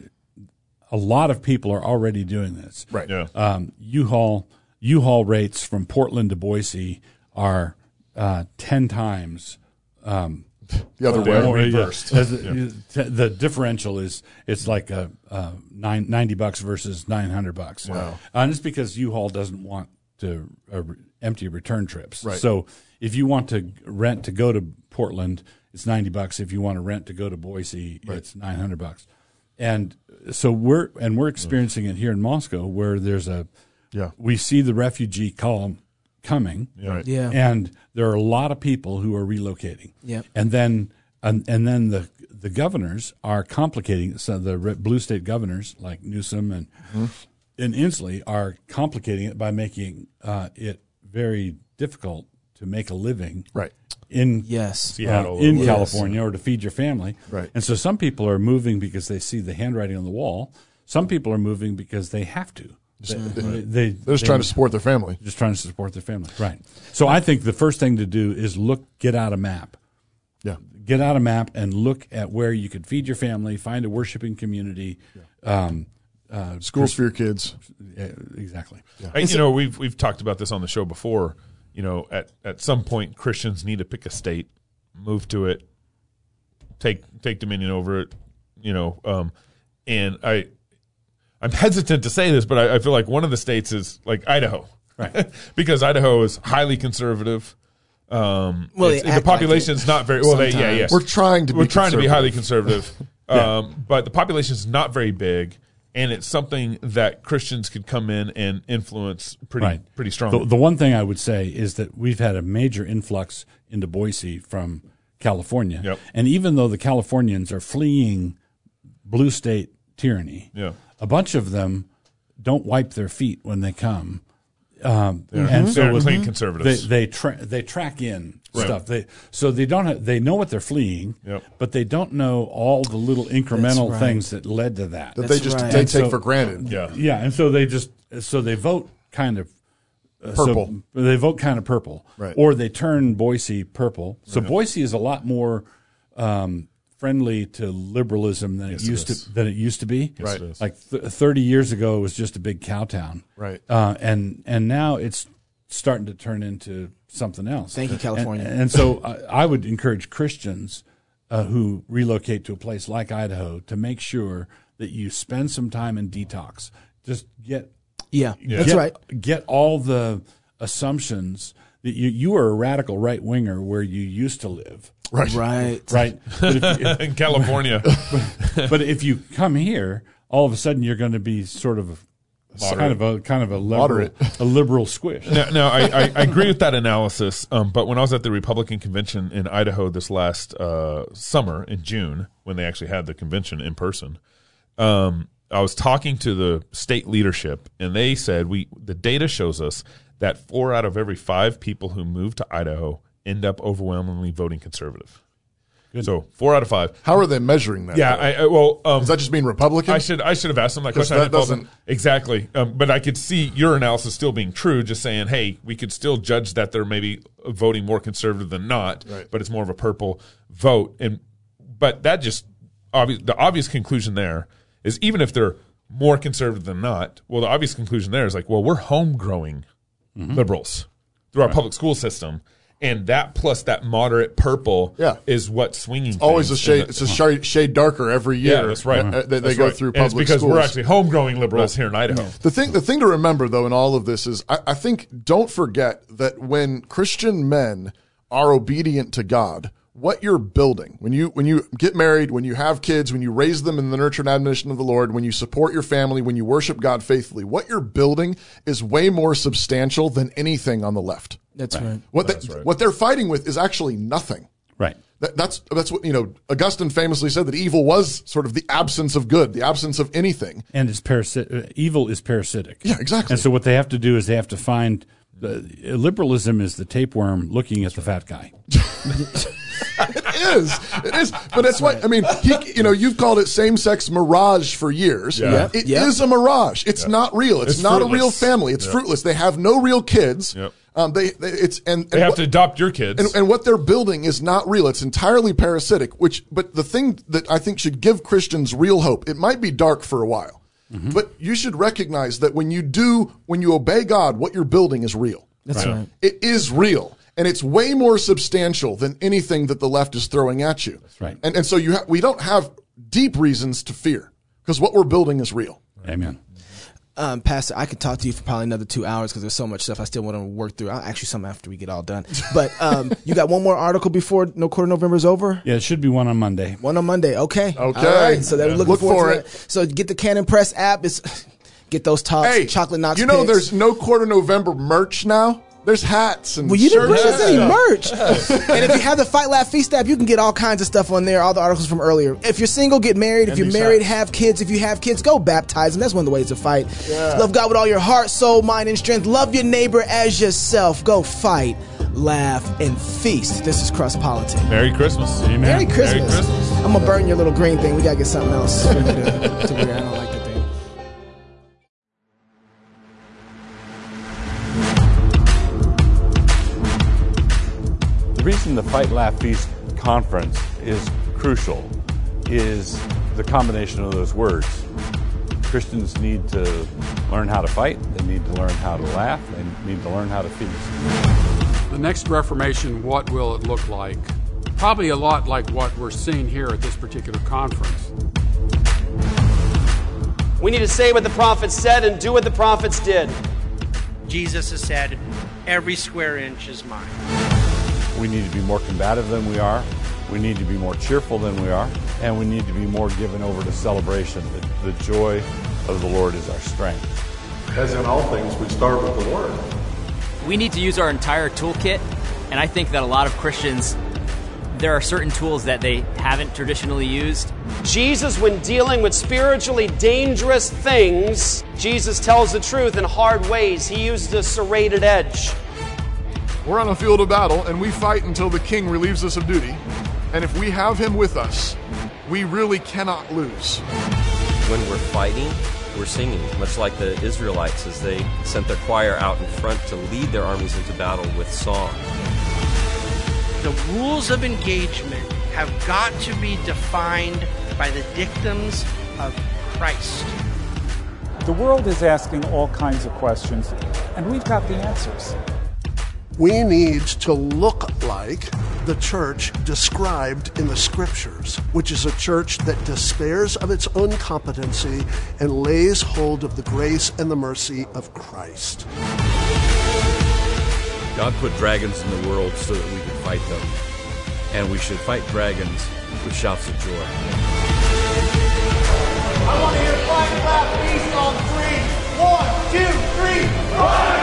a lot of people are already doing this.
Right. Yeah.
Um, U-Haul U-Haul rates from Portland to Boise are uh, ten times. Um,
The other
or
way.
more, yeah.
Reversed.
As the-
Yeah.
t- The differential is it's like a, uh nine, 90 bucks versus nine hundred bucks. Uh,
Wow.
And it's because U-Haul doesn't want to uh, re- empty return trips.
Right.
So if you want to rent to go to Portland, it's 90 bucks. If you want to rent to go to Boise, it's 900 bucks. And so we're and we're experiencing it here in Moscow where there's a
Yeah.
we see the refugee column coming.
Yeah. Right.
Yeah.
And there are a lot of people who are relocating.
Yeah.
And then and, and then the the governors are complicating so the re- blue state governors like Newsom and
Mm-hmm.
and Inslee are complicating it by making uh, it very difficult to make a living
right
in
Yes.
Seattle
Seattle
in
or wherever.
California or to feed your family
Right.
and so some people are moving because they see the handwriting on the wall some people are moving because they have to
Just-
they,
They're just trying to support their family.
just trying to support their family right so I think the first thing to do is look get out a map
Yeah.
get out a map and look at where you could feed your family find a worshiping community um, uh,
Schools for your kids.
Yeah, exactly.
I- you know, we've we've talked about this on the show before. You know, at at some point, Christians need to pick a state, move to it, take take dominion over it. You know, um, and I I'm hesitant to say this, but I, I feel like one of the states is like Idaho,
right?
because Idaho is highly conservative. Um,
Well,
it's-
they act
the population
like it
is not very well. They, yeah, yeah.
sometimes. We're trying to be
we're trying to be highly
conservative.
conservative,
Yeah.
um, but the population is not very big, and it's something that Christians could come in and influence pretty
Right.
pretty strongly.
The, the one thing I would say is that we've had a major influx into Boise from California.
Yep.
And even though the Californians are fleeing blue state tyranny,
Yeah.
a bunch of them don't wipe their feet when they come. Um,
They're-
And so
Mm-hmm. they're
with-
clean conservatives.
They they, tra- they track in
Right.
stuff. They so they don't have, they know what they're fleeing,
Yep.
but they don't know all the little incremental
right.
things that led to that
That they That's just- right. they
And
take for granted.
yeah, and so they just so they vote kind of uh,
Purple.
So they vote kind of purple,
Right.
Or they turn Boise purple. So
Right.
Boise is a lot more um, friendly to liberalism than
Yes,
it
it
used
is.
to than it used to be.
Yes, it Right. is.
Like th- thirty years ago, it was just a big cow town,
Right.
Uh, and and now it's starting to turn into something else.
Thank you,
And-
California.
And, so I, I would encourage Christians uh, who relocate to a place like Idaho to make sure that you spend some time in detox. Just get
Yeah,
Get-
that's right.
Get all the assumptions that you you are a radical right winger where you used to live.
Right.
Right.
Right. But if you-
In California.
but, but if you come here, all of a sudden you're going to be sort of kind of a kind of a liberal,
Moderate.
a liberal squish.
No, no I, I, I agree with that analysis. Um, but when I was at the Republican convention in Idaho this last uh, summer in June, when they actually had the convention in person, um, I was talking to the state leadership, and they said we the data shows us that four out of every five people who move to Idaho end up overwhelmingly voting conservative. So four out of five.
How are they measuring that?
Yeah, I, I, well, um, does
that just mean Republican?
I should I should have asked them that
'Cause
question. I
that
didn't follow-
doesn't-
exactly, um, but I could see your analysis still being true. Just saying, hey, we could still judge that they're maybe voting more conservative than not,
Right.
but it's more of a purple vote. And but that just obvious the obvious conclusion there is even if they're more conservative than not, well, the obvious conclusion there is like, well, we're home growing
Mm-hmm.
liberals through our public school system. And that plus that moderate purple
Yeah.
is what's swinging.
It's always a
things.
shade.
And
It's a shade, shade darker every year.
Yeah, that's right.
uh, That they
That's
go
right.
through
And
public
it's because
schools.
we're actually homegrowing liberals
Right.
here in Idaho.
The thing, the thing to remember though in all of this is, I, I think don't forget that when Christian men are obedient to God, what you're building when you when you get married, when you have kids, when you raise them in the nurture and admonition of the Lord, when you support your family, when you worship God faithfully, what you're building is way more substantial than anything on the left.
That's right.
What they, what they're fighting with is actually nothing.
Right.
That, that's that's what you know. Augustine famously said that evil was sort of the absence of good, the absence of anything.
and it's parasit- uh, evil is parasitic.
Yeah, exactly.
And so what they have to do is they have to find the liberalism is the tapeworm looking at the fat guy.
It is. It is. But that's why I mean, he, you know, you've called it same-sex mirage for years. It
Yeah.
is
Yeah.
a mirage. It's not real. It's,
It's
not a
fruitless.
real family. It's
Yeah.
fruitless. They have no real kids.
Yep.
Um, they, they it's and, and
They have
what-
to adopt your kids.
and, and what they're building is not real. It's entirely parasitic, which, but the thing that I think should give Christians real hope, it might be dark for a while,
Mm-hmm.
but you should recognize that when you do, when you obey God, what you're building is real.
That's right.
It is real. And it's way more substantial than anything that the left is throwing at you. That's
right.
And, and so you ha- we don't have deep reasons to fear because what we're building is real.
Amen.
Um, Pastor, I could talk to you for probably another two hours because there's so much stuff I still want to work through. I'll ask you some after we get all done. But um, you got one more article before No Quarter November is over?
Yeah, it should be one on Monday.
One on Monday. Okay. Okay. All right. So they're looking
Look
forward
for
to
it.
that. So get the Cannon Press app. It's get those talks.
Hey,
chocolate knocks.
you know,
picks.
there's no quarter November merch now. There's hats and
Well, you didn't
shirts
bring us
and
any
stuff.
merch. and if you have the Fight Laugh Feast app, you can get all kinds of stuff on there, all the articles from earlier. If you're single, get married. if
And
you're
these
married,
hats.
have kids. If you have kids, go baptize them. That's one of the ways to fight. Love God with all your heart, soul, mind, and strength. Love your neighbor as yourself. Go fight, laugh, and feast. This is Cross Politics.
Merry Christmas. Amen.
Merry Christmas. I'm going to burn your little green thing. We got to get something else. for me to- to wear. I don't like that thing.
The reason the Fight Laugh Feast conference is crucial is the combination of those words. Christians need to learn how to fight, they need to learn how to laugh, they need to learn how to feast.
The next Reformation, what will it look like? Probably a lot like what we're seeing here at this particular conference.
We need to say what the prophets said and do what the prophets did. Jesus has said, every square inch is mine.
We need to be more combative than we are, we need to be more cheerful than we are, and we need to be more given over to celebration. The, the joy of the Lord is our strength.
As in all things, we start with the Word.
We need to use our entire toolkit, and I think that a lot of Christians, there are certain tools that they haven't traditionally used.
Jesus, when dealing with spiritually dangerous things, Jesus tells the truth in hard ways. He uses a serrated edge.
We're on a field of battle, and we fight until the king relieves us of duty. And if we have him with us, we really cannot lose.
When we're fighting,
were singing, much like the Israelites as they sent their choir out in front to lead their armies into battle with song.
The rules of engagement have got to be defined by the dictums of Christ.
The world is asking all kinds of questions, and we've got the answers.
We need to look like the church described in the scriptures, which is a church that despairs of its own competency and lays hold of the grace and the mercy of Christ.
God put dragons in the world so that we could fight them, and we should fight dragons with shouts of joy.
I want to hear five, clap, peace on three. One, two, three, fire!